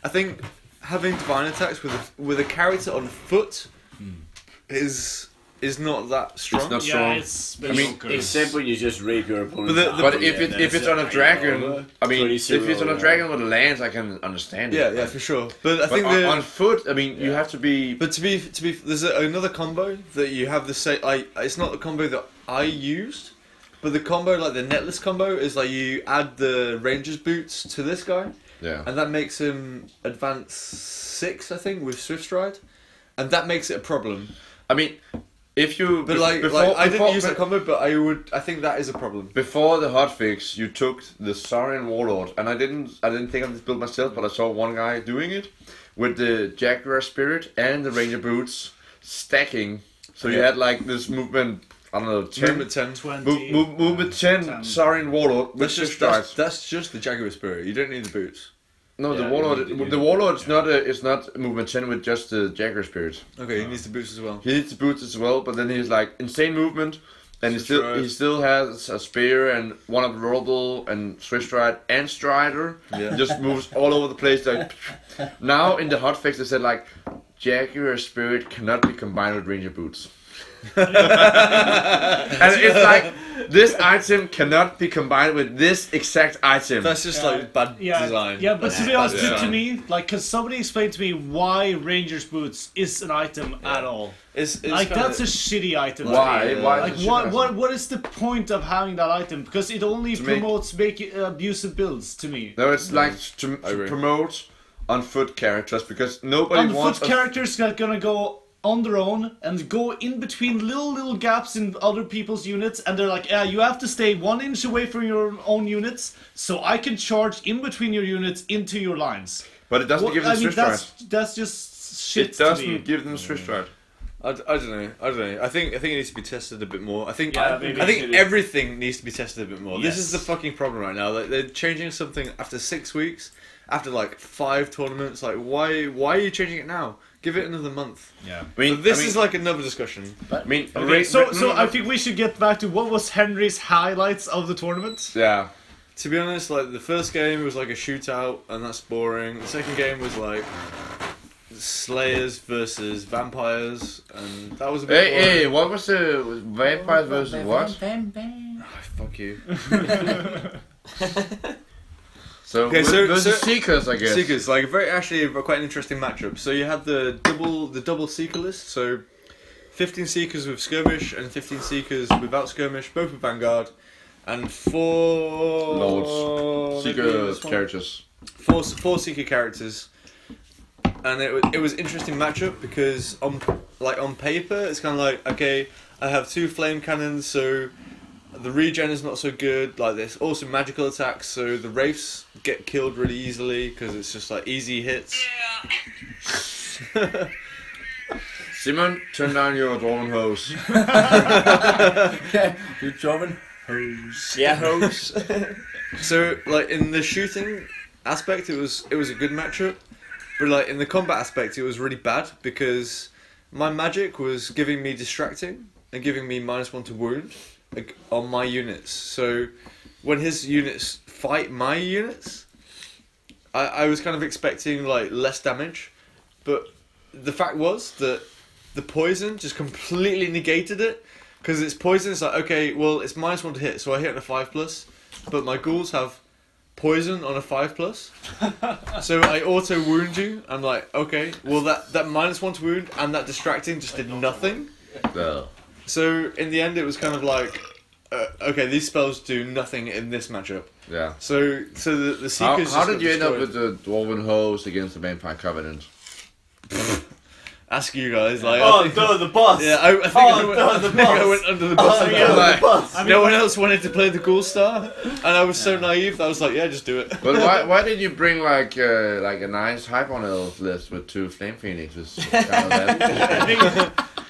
E: I think having divine attacks with a, with a character on foot is is not that strong.
T: It's not
H: yeah,
T: strong.
H: it's
T: I mean,
I: Except when you just rape your opponent.
E: But the- the-
T: But if it, if it's on a dragon, I mean,
I: pretty
T: if it's on
I: zero,
T: a dragon with a lance, I can understand it.
E: yeah, yeah, for sure. But I
T: But
E: think
T: on,
E: the-
T: on foot, I mean, you have to be.
E: But to be to be there's a, another combo that you have the same. I it's not the combo that I used, but the combo like the netless combo is like you add the ranger's boots to this guy,
T: Yeah.
E: and that makes him advance six I think with swift stride, and that makes it a problem.
T: I mean, if you
E: But
T: be-
E: like,
T: before,
E: like I didn't
T: before-
E: use that combo, but I would I think that is a problem.
T: Before the hotfix, you took the Saurian Warlord, and I didn't, I didn't think of this build myself, but I saw one guy doing it with the Jaguar Spirit and the Ranger Boots stacking. So you
E: Yeah.
T: had like this movement, I don't know, ten,
E: Movement ten.
T: move, move, movement ten, Saurian Warlord, which
E: That's
T: just
E: just
T: starts.
E: that's, that's just the Jaguar spirit. You don't need the boots.
T: No, the
I: Yeah,
T: Warlord,
I: you- you-
T: the Warlord's not, a, it's not movement ten with just the Jaguar Spirit.
E: Okay, he needs the boots as well.
T: He hits the boots as well, but then he's like insane movement, and he
E: Swiss
T: still
E: stride.
T: he still has a spear and one of Roble and Swiss stride and Strider.
E: Yeah.
T: He just moves all over the place. Like now in the hotfix they said like Jaguar Spirit cannot be combined with Ranger Boots. and it's like this item cannot be combined with this exact item.
E: That's just like bad
H: yeah,
E: design.
H: yeah, but to be honest,
E: design.
H: to me, like, cause somebody explained to me why Ranger's boots is an item at all.
E: it's, it's
H: Like,
E: kinda-
H: that's a shitty item. to me.
T: why? Why?
H: Like
T: is it
H: what,
T: shit
H: what what is the point of having that item? Because it only
T: make-
H: promotes make... uh, abusive builds to me.
T: No, it's like to,
E: I
T: to
E: agree.
T: promote on foot characters because nobody
H: On
T: wants
H: foot
T: a
H: characters that are gonna go on their own and go in between little little gaps in other people's units, and they're like, yeah, you have to stay one inch away from your own units, so I can charge in between your units into your lines.
T: But it doesn't
H: What-
T: give them
H: I mean,
T: Swiss
H: that's
T: stride.
H: that's just shit
T: It
H: to
T: doesn't
H: me.
T: give them Swiss stride.
E: I, d- I don't know. I don't know. I think I think it needs to be tested a bit more. I think
H: Yeah,
E: I,
H: maybe
E: I
H: it
E: think
H: should.
E: everything needs to be tested a bit more. This is the
H: Yes.
E: fucking problem right now. Like, they're changing something after six weeks, after like five tournaments. Like why why are you changing it now? Give it another month.
H: Yeah.
T: I mean,
E: So this
T: I mean,
E: is like another discussion.
T: I mean,
H: Okay,
T: Ra-
H: so
T: Ra-
H: so I think we should get back to what was Henry's highlights of the tournament.
T: yeah,
E: To be honest, like the first game was like a shootout, and that's boring. The second game was like slayers versus vampires, and that was a bit.
T: Hey,
E: boring.
T: hey, what was the was vampires versus what?
E: Ah, fuck you.
T: So
E: Okay,
T: okay,
E: so-
T: versus
E: so-
T: seekers, I guess.
E: Seekers, like a very actually a- quite an interesting matchup. So you had the double the double seeker list, so fifteen seekers with skirmish and fifteen seekers without skirmish, both with vanguard, and four
T: Lords.
E: maybe
T: Seeker
E: this one.
T: characters.
E: four four seeker characters. And it was it was interesting matchup because on like on paper it's kind of like okay I have two flame cannons so the regen is not so good like this also magical attacks so the wraiths get killed really easily because it's just like easy hits
T: Simon, turn down your dwarven hose.
G: You Jordan?
I: yeah, hoax.
E: so like in the shooting aspect it was it was a good matchup but like in the combat aspect it was really bad because my magic was giving me distracting and giving me minus one to wound like, on my units so when his units fight my units I, I was kind of expecting like less damage but the fact was that the poison just completely negated it because it's poison. It's like okay, well, it's minus one to hit, so I hit on a five plus, but my ghouls have poison on a five plus. so I auto wound you. I'm like, okay, well that that minus one to wound and that distracting just did nothing.
S: No.
E: So in the end, it was kind of like, uh, okay, these spells do nothing in this matchup.
S: Yeah.
E: So so the, the
S: How,
E: seekers.
S: how did
E: just got
S: you end up
E: destroyed.
S: with the Dwarven Host against the Vampire Covenant?
E: Ask you guys like. I
I: Oh,
E: think-
I: duh, the boss. Oh,
E: yeah, I, I think, I, went, I,
I: the
E: think I
I: bus.
E: went under the bus.
I: Oh,
E: on
I: yeah,
E: that.
I: the boss.
H: I mean,
E: no one else wanted to play the Ghoul Star, and I was so naive that I was like, yeah, just do it.
S: But why why did you bring like uh, like a nice Hypon Elf list with two Flame Phoenixes? Kind of that?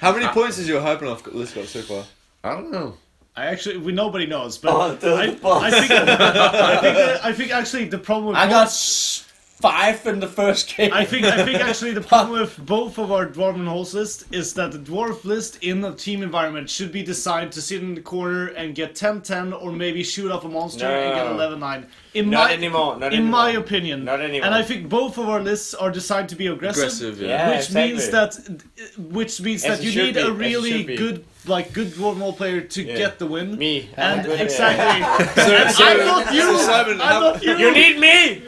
E: How many points has your Hypernoff got- list got so far?
S: I don't know.
H: I actually, we nobody knows, but
I: Oh, the
H: I,
I: boss.
H: I think, I think, that- I think actually the problem. With
G: I
H: both-
G: got s- five in the first game.
H: I think I think actually the problem with both of our dwarven holes list is that the dwarf list in a team environment should be designed to sit in the corner and get 10-10 or maybe shoot off a monster and get
F: No.
H: 11-9. In
F: Not
H: my
F: anymore. Not
H: in
F: anymore.
H: my opinion,
F: Not anymore.
H: and I think both of our lists are designed to be aggressive,
F: yeah,
H: which
F: exactly.
H: means that which means
F: As
H: that
F: it
H: you
F: should
H: need
F: be, as
H: a
F: it
H: really
F: should be.
H: good like good dwarf mole player to
F: Yeah.
H: get the win.
F: me.
H: And
F: Yeah.
H: exactly,
E: So,
H: I'm not you.
E: so Simon,
H: I'm
E: how-
H: not you.
F: You need me.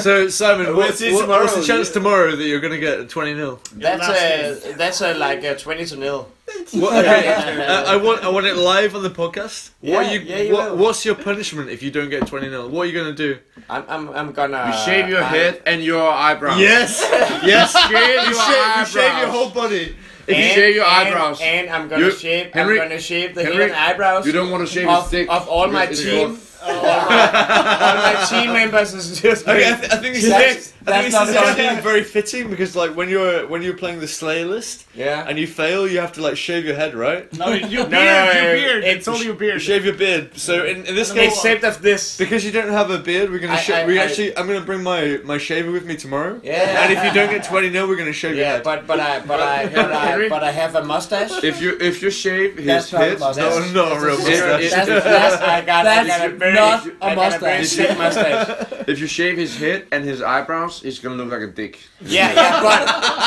E: so Simon,
I: We'll
E: what,
I: see
E: what- what's the
I: tomorrow,
E: chance
I: yeah.
E: tomorrow that you're gonna get a twenty 0
F: That's
H: last
F: a that's a like a twenty to nil.
E: What, okay,
F: Yeah, yeah, yeah.
E: I, I want I want it live on the podcast. what
F: Yeah,
E: are you,
F: yeah, you
E: what,
F: will.
E: what's your punishment if you don't get twenty 0 What are you gonna do?
F: I'm I'm I'm gonna.
S: You shave your
F: Uh, I-
S: head and your eyebrows.
E: Yes, yes.
S: Shave your
E: you, shave, you
S: eyebrows.
E: shave your whole body.
S: If you
F: and-
S: shave your
F: and-
S: eyebrows.
F: And I'm gonna
S: You-
F: shave.
S: Henrik-
F: I'm gonna shave the
S: Henrik,
F: hair and eyebrows.
S: You don't want to shave your
F: of,
S: dick.
F: of all my
S: It's
F: team,
S: your-
F: all my team members is just.
E: Okay, I, th- I think this is
F: That's-
E: I think
F: that's
E: this is
F: not
E: actually
F: fair.
E: very fitting because like when you're when you're playing the Slayer list
F: yeah.
E: and you fail, you have to like shave your head, right?
H: No, your beard,
F: no, no,
H: your
F: no,
H: beard.
F: it's-
H: It's only your beard.
E: Shave your beard. So in, in this case,
F: Except of this.
E: Because you don't have a beard, we're gonna.
F: I-
E: sha-
F: I-
E: we
F: I-
E: actually. I'm gonna bring my my shaver with me tomorrow.
F: Yeah.
E: And if you don't get twenty nil, we're gonna shave
F: Yeah,
E: your head.
F: but but I but I but I but I have a mustache.
S: If you if you shave his
F: That's not
S: head,
F: about
E: No,
F: that.
E: no, real
S: That's-
E: mustache.
F: That's, that's, I got, I got a
G: That's
F: very,
G: not a
F: I got a very
G: mustache.
F: sick mustache.
S: if you shave his head and his eyebrows, he's gonna look like a dick.
F: Yeah, yeah, but,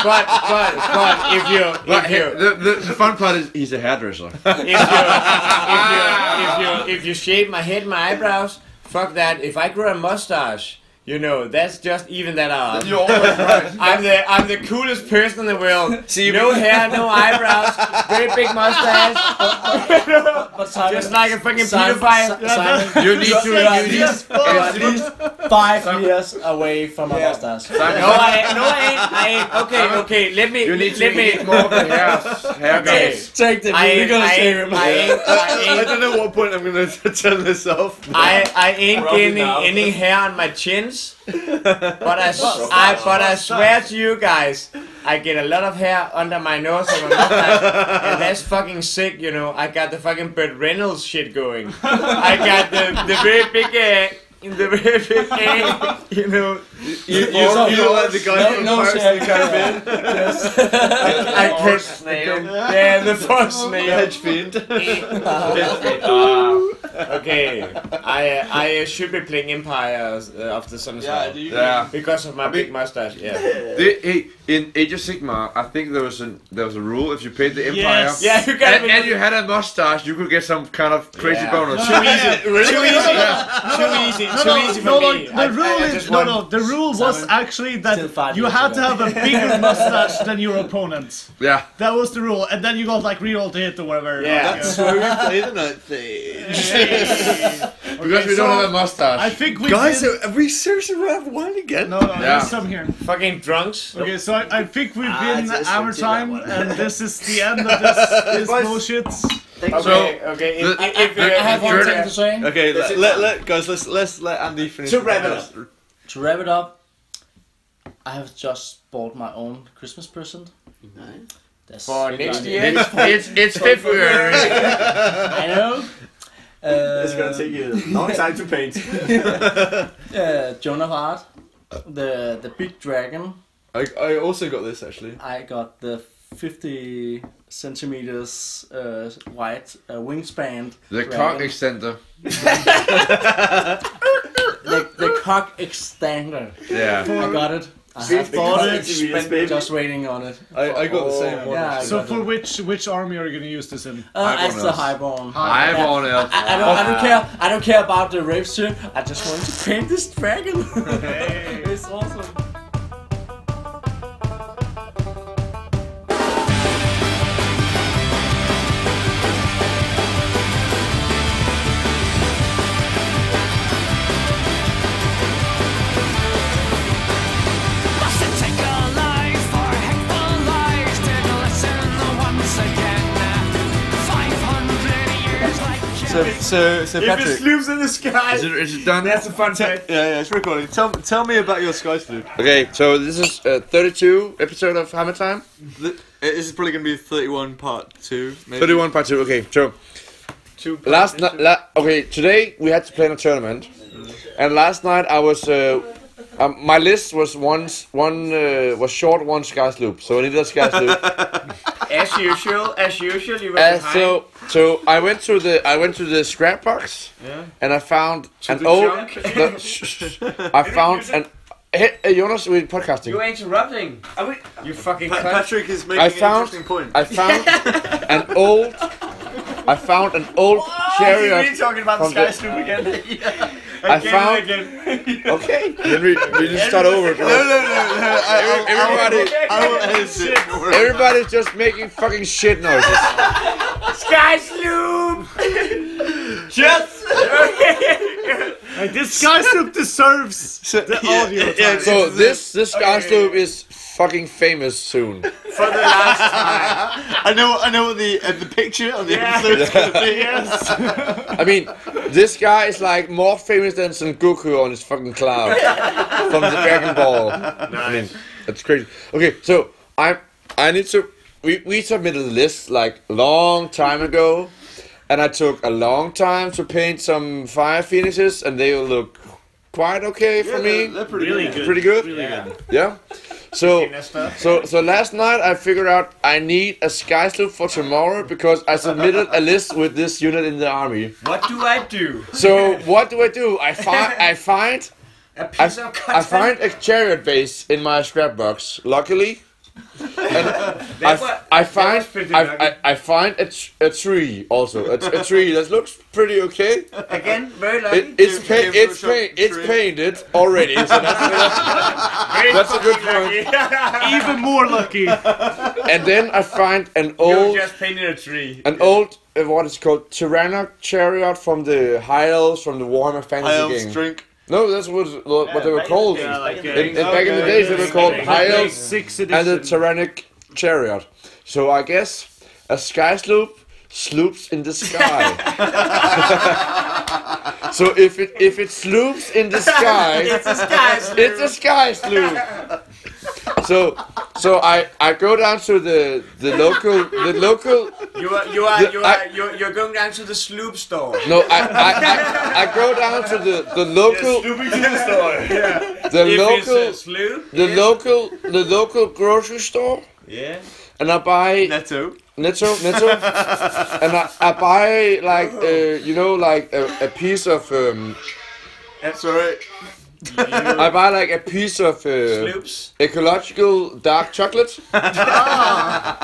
F: but, but, but, if you,
S: But
F: if you,
S: he- the, the the fun part is he's a hairdresser.
F: if you, if you, if you, if you shave my head, my eyebrows, fuck that. If I grow a mustache, you know, that's just even that out.
S: You're always right.
F: I'm the I'm the coolest person in the world.
E: So you-
F: no hair, no eyebrows, very big mustache,
G: but Simon,
F: just like a fucking
G: Simon,
F: pedophile.
G: Si- Simon,
S: You need to
G: you are
S: you need
G: just at least five years away from a
F: Yeah.
G: mustache.
F: No, I ain't. No, I ain't. I ain't. Okay, okay. Let me.
S: you need
F: let
S: to
F: me.
S: eat more of the hair
F: Okay.
S: haircuts.
G: Take the
F: I
G: we're
F: ain't.
G: gonna
F: I
G: shave
F: ain't.
G: him.
F: I ain't.
E: I
F: I ain't.
E: don't know what point I'm gonna turn this off.
F: I, I ain't
I: Rub it
F: getting
I: down.
F: any hair on my chins, but I, s- I- but I swear to you guys, I get a lot of hair under my nose and my mustache, and that's fucking sick, you know. I got the fucking Burt Reynolds shit going. I got the, the very big, uh, the very big, uh, you know.
E: You, you,
G: No,
E: you
G: no,
E: look like the guy
G: no,
E: from
G: no
E: Pirates of the Caribbean,
F: I can, yeah, the first
E: the
F: snail.
E: hedge fiend.
F: Okay, I uh, I uh, should be playing Empire uh, of the Sun as well.
S: Yeah.
F: Because of my big mustache, yeah.
S: They, hey, in Age of Sigma, I think there was a there was a rule if you paid the Empire
H: Yes.
F: Yeah, you got
S: and,
F: me.
S: and you had a mustache, you could get some kind of crazy
F: Yeah.
S: bonus.
H: No, no, no, no,
F: Too easy. Too easy.
H: No,
F: Too
H: no,
F: easy for
H: no,
F: me.
H: no,
F: I-
H: the rule
F: I- I
H: is
F: just
H: no,
F: want-
H: no. The rule was
G: Simon,
H: actually
G: still
H: that
G: five
H: you
G: years
H: had to
G: ago.
H: have a bigger mustache than your opponent.
S: Yeah.
H: That was the rule, and then you got like reroll to hit or whatever.
F: Yeah.
H: Like,
E: That's
H: uh,
E: where we play the night thing.
S: Because we
H: so-
S: don't have a mustache.
H: I think we
E: Guys,
H: did.
E: are, are we seriously run out of wine again?
H: No, no,
S: Yeah.
H: there's some here.
F: Fucking drunks.
H: Okay, so I, I think we've
I: Ah,
H: been
I: just
H: our
I: until
H: time,
I: that one.
H: and this is the end of this, this
S: Boys.
H: bullshit.
F: Okay, okay. If,
S: the-
F: if, if,
S: I- I
G: I have one
S: Jordan-
G: thing to say.
E: Okay, let, let, let- guys, let's let's let Andy finish.
F: To
E: the
F: wrap it up.
E: podcast.
G: To wrap it up, I have just bought my own Christmas present. That's
F: for next year,
S: it's, it's, it's February.
G: I know. Uh,
I: It's gonna take you a long time to paint.
G: uh, Joan of Arc, the the big dragon.
E: I, I also got this actually.
G: I got the 50 centimeters uh, wide uh, wingspan.
S: the
G: dragon.
S: cock extender.
G: the, the cock extender.
S: Yeah.
G: I got it. I
I: See,
G: have thought
I: because
G: it.
I: it's genius, baby.
G: Just waiting on it.
E: I, I got the same one.
G: yeah, I
H: So
G: got
H: for
G: it.
H: which which army are you gonna use this in?
G: uh,
S: Highborn
G: as the
S: elf.
G: highborn.
S: I have on it.
G: I, I don't. I don't care. I don't care about the rapes here. I just want to paint this dragon. it's awesome.
E: Oh. So, so, so Patrick.
I: Sloops in the sky.
T: Is it, is it done?
E: That's a fun fact. Yeah, yeah, it's recording. Tell, tell me about your sky sloop.
T: Okay, so this is uh, 32 episode of Hammer Time.
E: Th- This is probably going to be 31 part 2, maybe.
T: 31 part 2. Okay, so
E: Two
T: last night, la- okay, today we had to plan a tournament, and last night I was, uh, um, my list was one, s- one uh, was short one sky sloop, so I needed a sky sloop.
I: As usual, as usual, you were
T: Uh,
I: behind.
T: so so I went to the I went to the scrap box and I found an
I: the
T: old
I: junk.
T: no, shh, shh, shh. I found an hey, hey, Jonas we're
I: you
T: podcasting
I: are interrupting. you fucking
E: Pa-
I: cunt.
E: Patrick is making
T: I
E: an
T: found-
E: interesting point.
T: I found an old I found an old chariot
I: talking about
T: from the-
I: Snoop again.
T: I found okay then we, we just start over
E: no, no, no, no. I, I,
T: everybody
E: I will edit it. Don't worry.
T: everybody's just making fucking shit noises
I: Sky Snoop!
H: Like this guy soup deserves
E: So-
H: the
E: yeah,
H: audio.
E: yeah,
H: time.
E: it's-
T: so this this okay. is fucking famous soon
I: For the last time.
E: I know, I know what the uh, the picture on the episode is going to be. Yes.
T: I mean, this guy is like more famous than Son Goku on his fucking cloud from the Dragon Ball. I mean, that's crazy. Okay, so I I need to we we submitted a list like long time ago, and I took a long time to paint some fire phoenixes, and they look quite okay for me.
E: pretty
H: really good.
T: Pretty good.
H: Really good.
T: Yeah. So
H: stuff.
T: so so last night I figured out I need a sky slope for tomorrow because I submitted a list with this unit in the army.
I: What do I do?
T: So what do I do? I find I find
I: A
T: I,
I: piece of
T: I
I: cotton.
T: find a chariot base in my scrap box. Luckily, and
I: wa-
T: I, f- I find
I: was pretty
T: I,
I: lucky.
T: I, I find a, tr- a tree also a, tr- a tree that looks pretty okay.
I: Again, very lucky.
T: It, it's pa-
E: give
T: it's
E: it a
T: pa- it's
E: tree.
T: painted already. So that's, that's a good point.
H: Even more lucky.
T: And then I find an
I: you
T: old
I: just painted a tree.
T: an old uh, what is it called Tyrannoc chariot from the High Elves from the Warhammer Fantasy
E: I
T: game.
E: am drink.
T: No, that's what what they were called.
E: uh,
T: In, in- back in the days, they were called High Elves
H: Six
T: and the
H: edition.
T: tyrannic chariot. So I guess a sky sloop sloops in the sky. so if it if it sloops in the sky,
I: It's a sky Snoop.
T: it's a sky sloop. So so I I go down to the the local the local
I: You are, you are, you are,
T: I-
I: you're, you're going down to the sloop store.
T: no I I, I, I go down to the the local
I: Slooping to the store.
T: the
I: If it's a
T: local
I: sloop,
T: the local the local grocery store
I: yeah.
T: and I buy
E: Netto.
T: Netto, Netto, and I, I buy like uh, you know like a, a piece of um,
E: That's alright.
T: I buy like a piece of uh,
I: Sloops.
T: ecological dark chocolate,
I: Ah.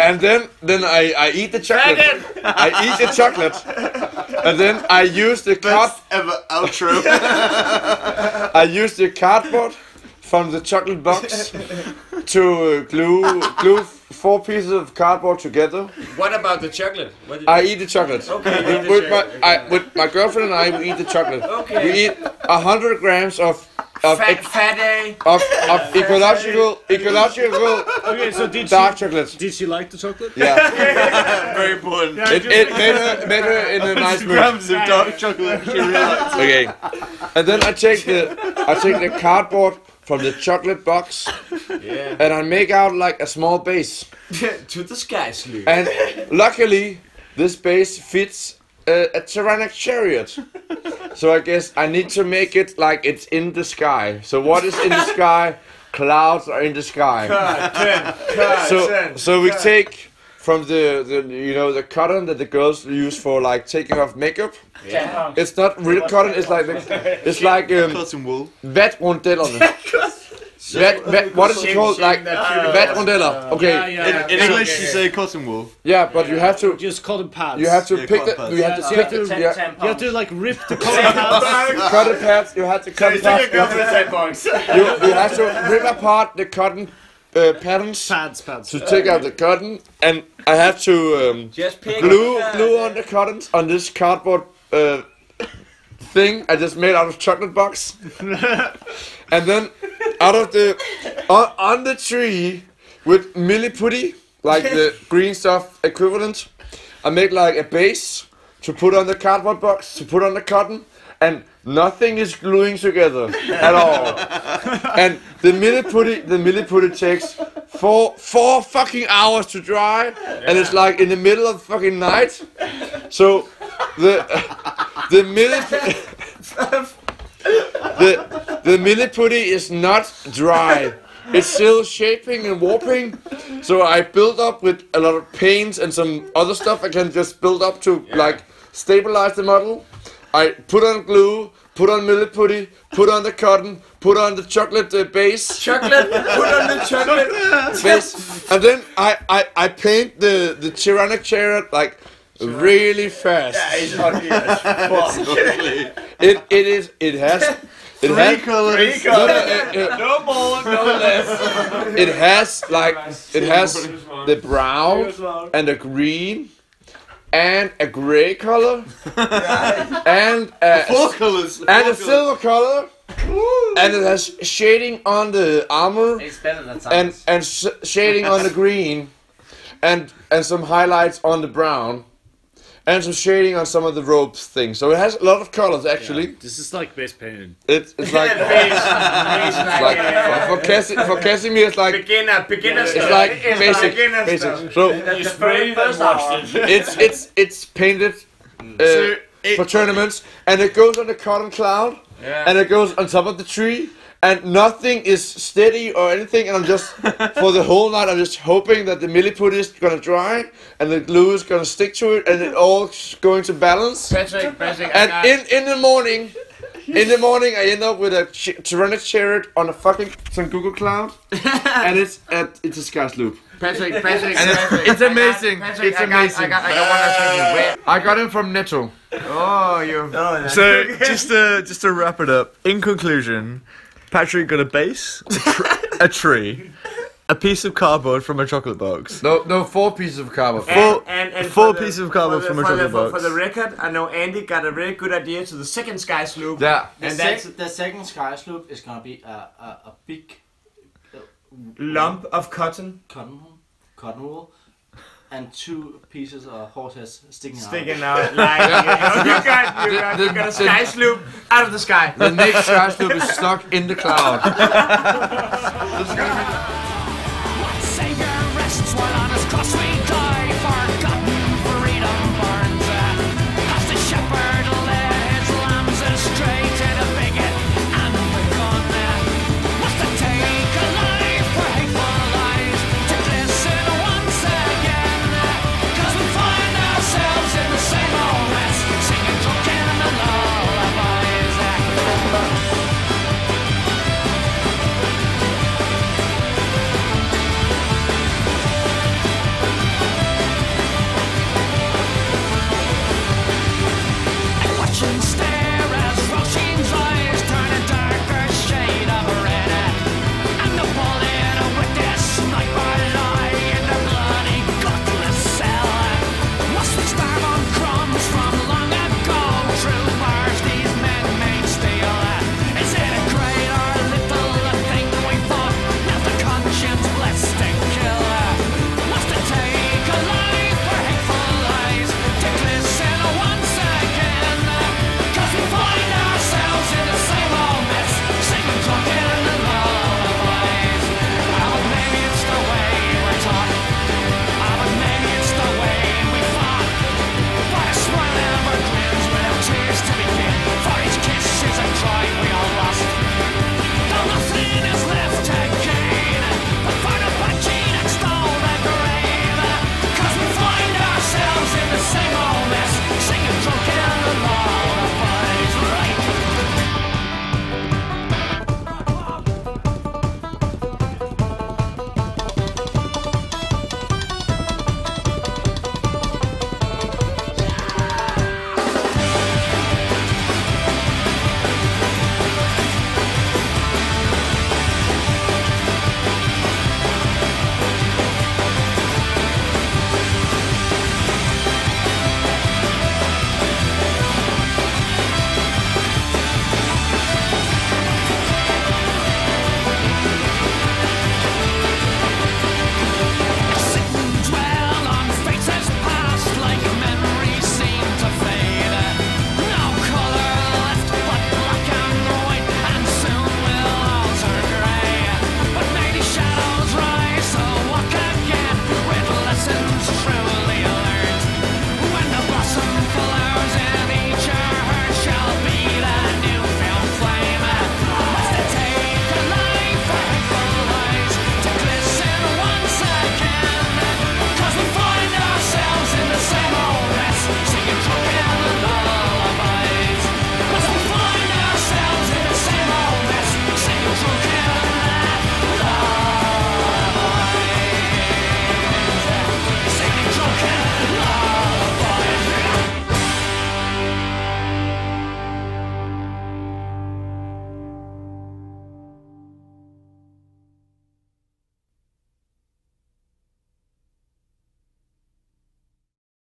T: and then then I, I eat the chocolate. I eat the chocolate, and then I use the card
E: Best ever outro.
T: I use the cardboard from the chocolate box to uh, glue glue f- four pieces of cardboard together.
I: What about the chocolate? What did
T: I eat the chocolate.
I: Okay, you eat
T: With,
I: the
T: with my,
I: chocolate.
T: I, with my girlfriend and I, we eat the chocolate.
I: Okay.
T: We eat hundred grams of of
I: fat,
T: ec-
I: fat A.
T: of, of ecological ecological
H: Okay, so did she,
T: dark chocolate.
H: did she like the chocolate?
T: Yeah.
E: Very important.
T: It, it made her made her in a nice mood.
E: Grams of dark chocolate. She realised.
T: Okay. And then I take the I take the cardboard from the chocolate box
I: Yeah.
T: and I make out like a small base.
I: to the sky sloop.
T: And luckily, this base fits a, a tyrannic chariot. So I guess I need to make it like it's in the sky. So what is in the sky? Clouds are in the sky. So so we take from the, the you know the cotton that the girls use for like taking off makeup.
I: Yeah.
T: It's not real cotton. It's like the, it's like um,
E: Cotton wool.
T: vet rondellen. Vet, vet, what is it called? Like Vet Rondella. Okay.
H: uh, Yeah, yeah, yeah.
E: In
H: yeah,
E: English,
H: yeah,
E: you
H: yeah.
E: say cotton wool.
T: Yeah, but you have to
H: just call them pads.
T: you have to
E: Yeah,
T: pick
E: cut
T: the
E: pads.
T: you have to
H: Yeah,
T: pick the yeah.
H: You have to like rip the cotton pads.
T: cut the pads. You have to cut the pads. You, you have to rip apart the cotton uh, patterns
H: pads, pads.
T: to take out the cotton, and I have to um,
I: Just pick
T: glue
I: up the-
T: glue on the cottons on this cardboard uh, thing I just made out of chocolate box, and then out of the on, on the tree with milliputty, like the green stuff equivalent, I make like a base to put on the cardboard box to put on the cotton, and nothing is gluing together at all. and the milliputty the milliputty takes four four fucking hours to dry, and it's like in the middle of fucking night. So the the milliputty the the milliputty is not dry. It's still shaping and warping, so I build up with a lot of paints and some other stuff I can just build up to like stabilize the model. I put on glue, put on milliputty, put on the cotton, put on the chocolate uh, base
G: Chocolate.
T: put on the chocolate face, and then I, I, I paint the the tyrannic chariot like really fast. it it is it has it has no, no, it, it- it has like it has the brown and the green and a gray color and a,
E: colors.
T: and a silver color and it has shading on the armor
F: It's better than science.
T: and and sh- shading on the green, and and some highlights on the brown, and some shading on some of the ropes things. So it has a lot of colors actually.
H: This is like base painting.
T: It's it's like it's like for, for Cassie for Casimir it's like
F: beginner, beginner
T: it's like basic basic. So
F: It's very first option.
T: it's it's it's painted. Uh, for tournaments, and it goes on the cotton cloud, and it goes on top of the tree, and nothing is steady or anything. And I'm just for the whole night, I'm just hoping that the milliput is gonna dry and the glue is gonna stick to it, and it all's going to balance.
F: Patrick, Patrick, I
T: And
F: got-
T: in in the morning, in the morning, I end up with a ch- tyrannic chariot on a fucking some Google cloud, and it's uh, at it's a sky loop.
F: Patrick, Patrick,
T: And it's-
F: Patrick.
T: it's
F: I got-
T: amazing.
F: Patrick,
T: It's
F: I got- I
T: amazing.
F: got, I got one that's making
E: uh,
F: wet.
T: I got him from Netto.
F: Oh, you.
E: So just to just to wrap it up. In conclusion, Patrick got a base, a, tr- a tree, a piece of cardboard from a chocolate box.
T: No, no, four pieces of carbon.
E: Four,
F: and, and
E: four
F: for the-
E: pieces of cardboard
F: for
E: from a
F: the, for the-
E: chocolate
F: for,
E: box.
F: For the record, I know Andy got a really good idea to the second sky sloop.
T: Yeah.
G: The,
F: And
G: sec-
F: that's
G: the second sky sloop is gonna be a, a, a big uh,
F: lump of cotton
G: cotton wool- cotton wool and two pieces of horses sticking out.
F: sticking out like you, know, you got you got, you got a sky sloop out of the sky.
T: The next crash will be stuck in the cloud. Oh,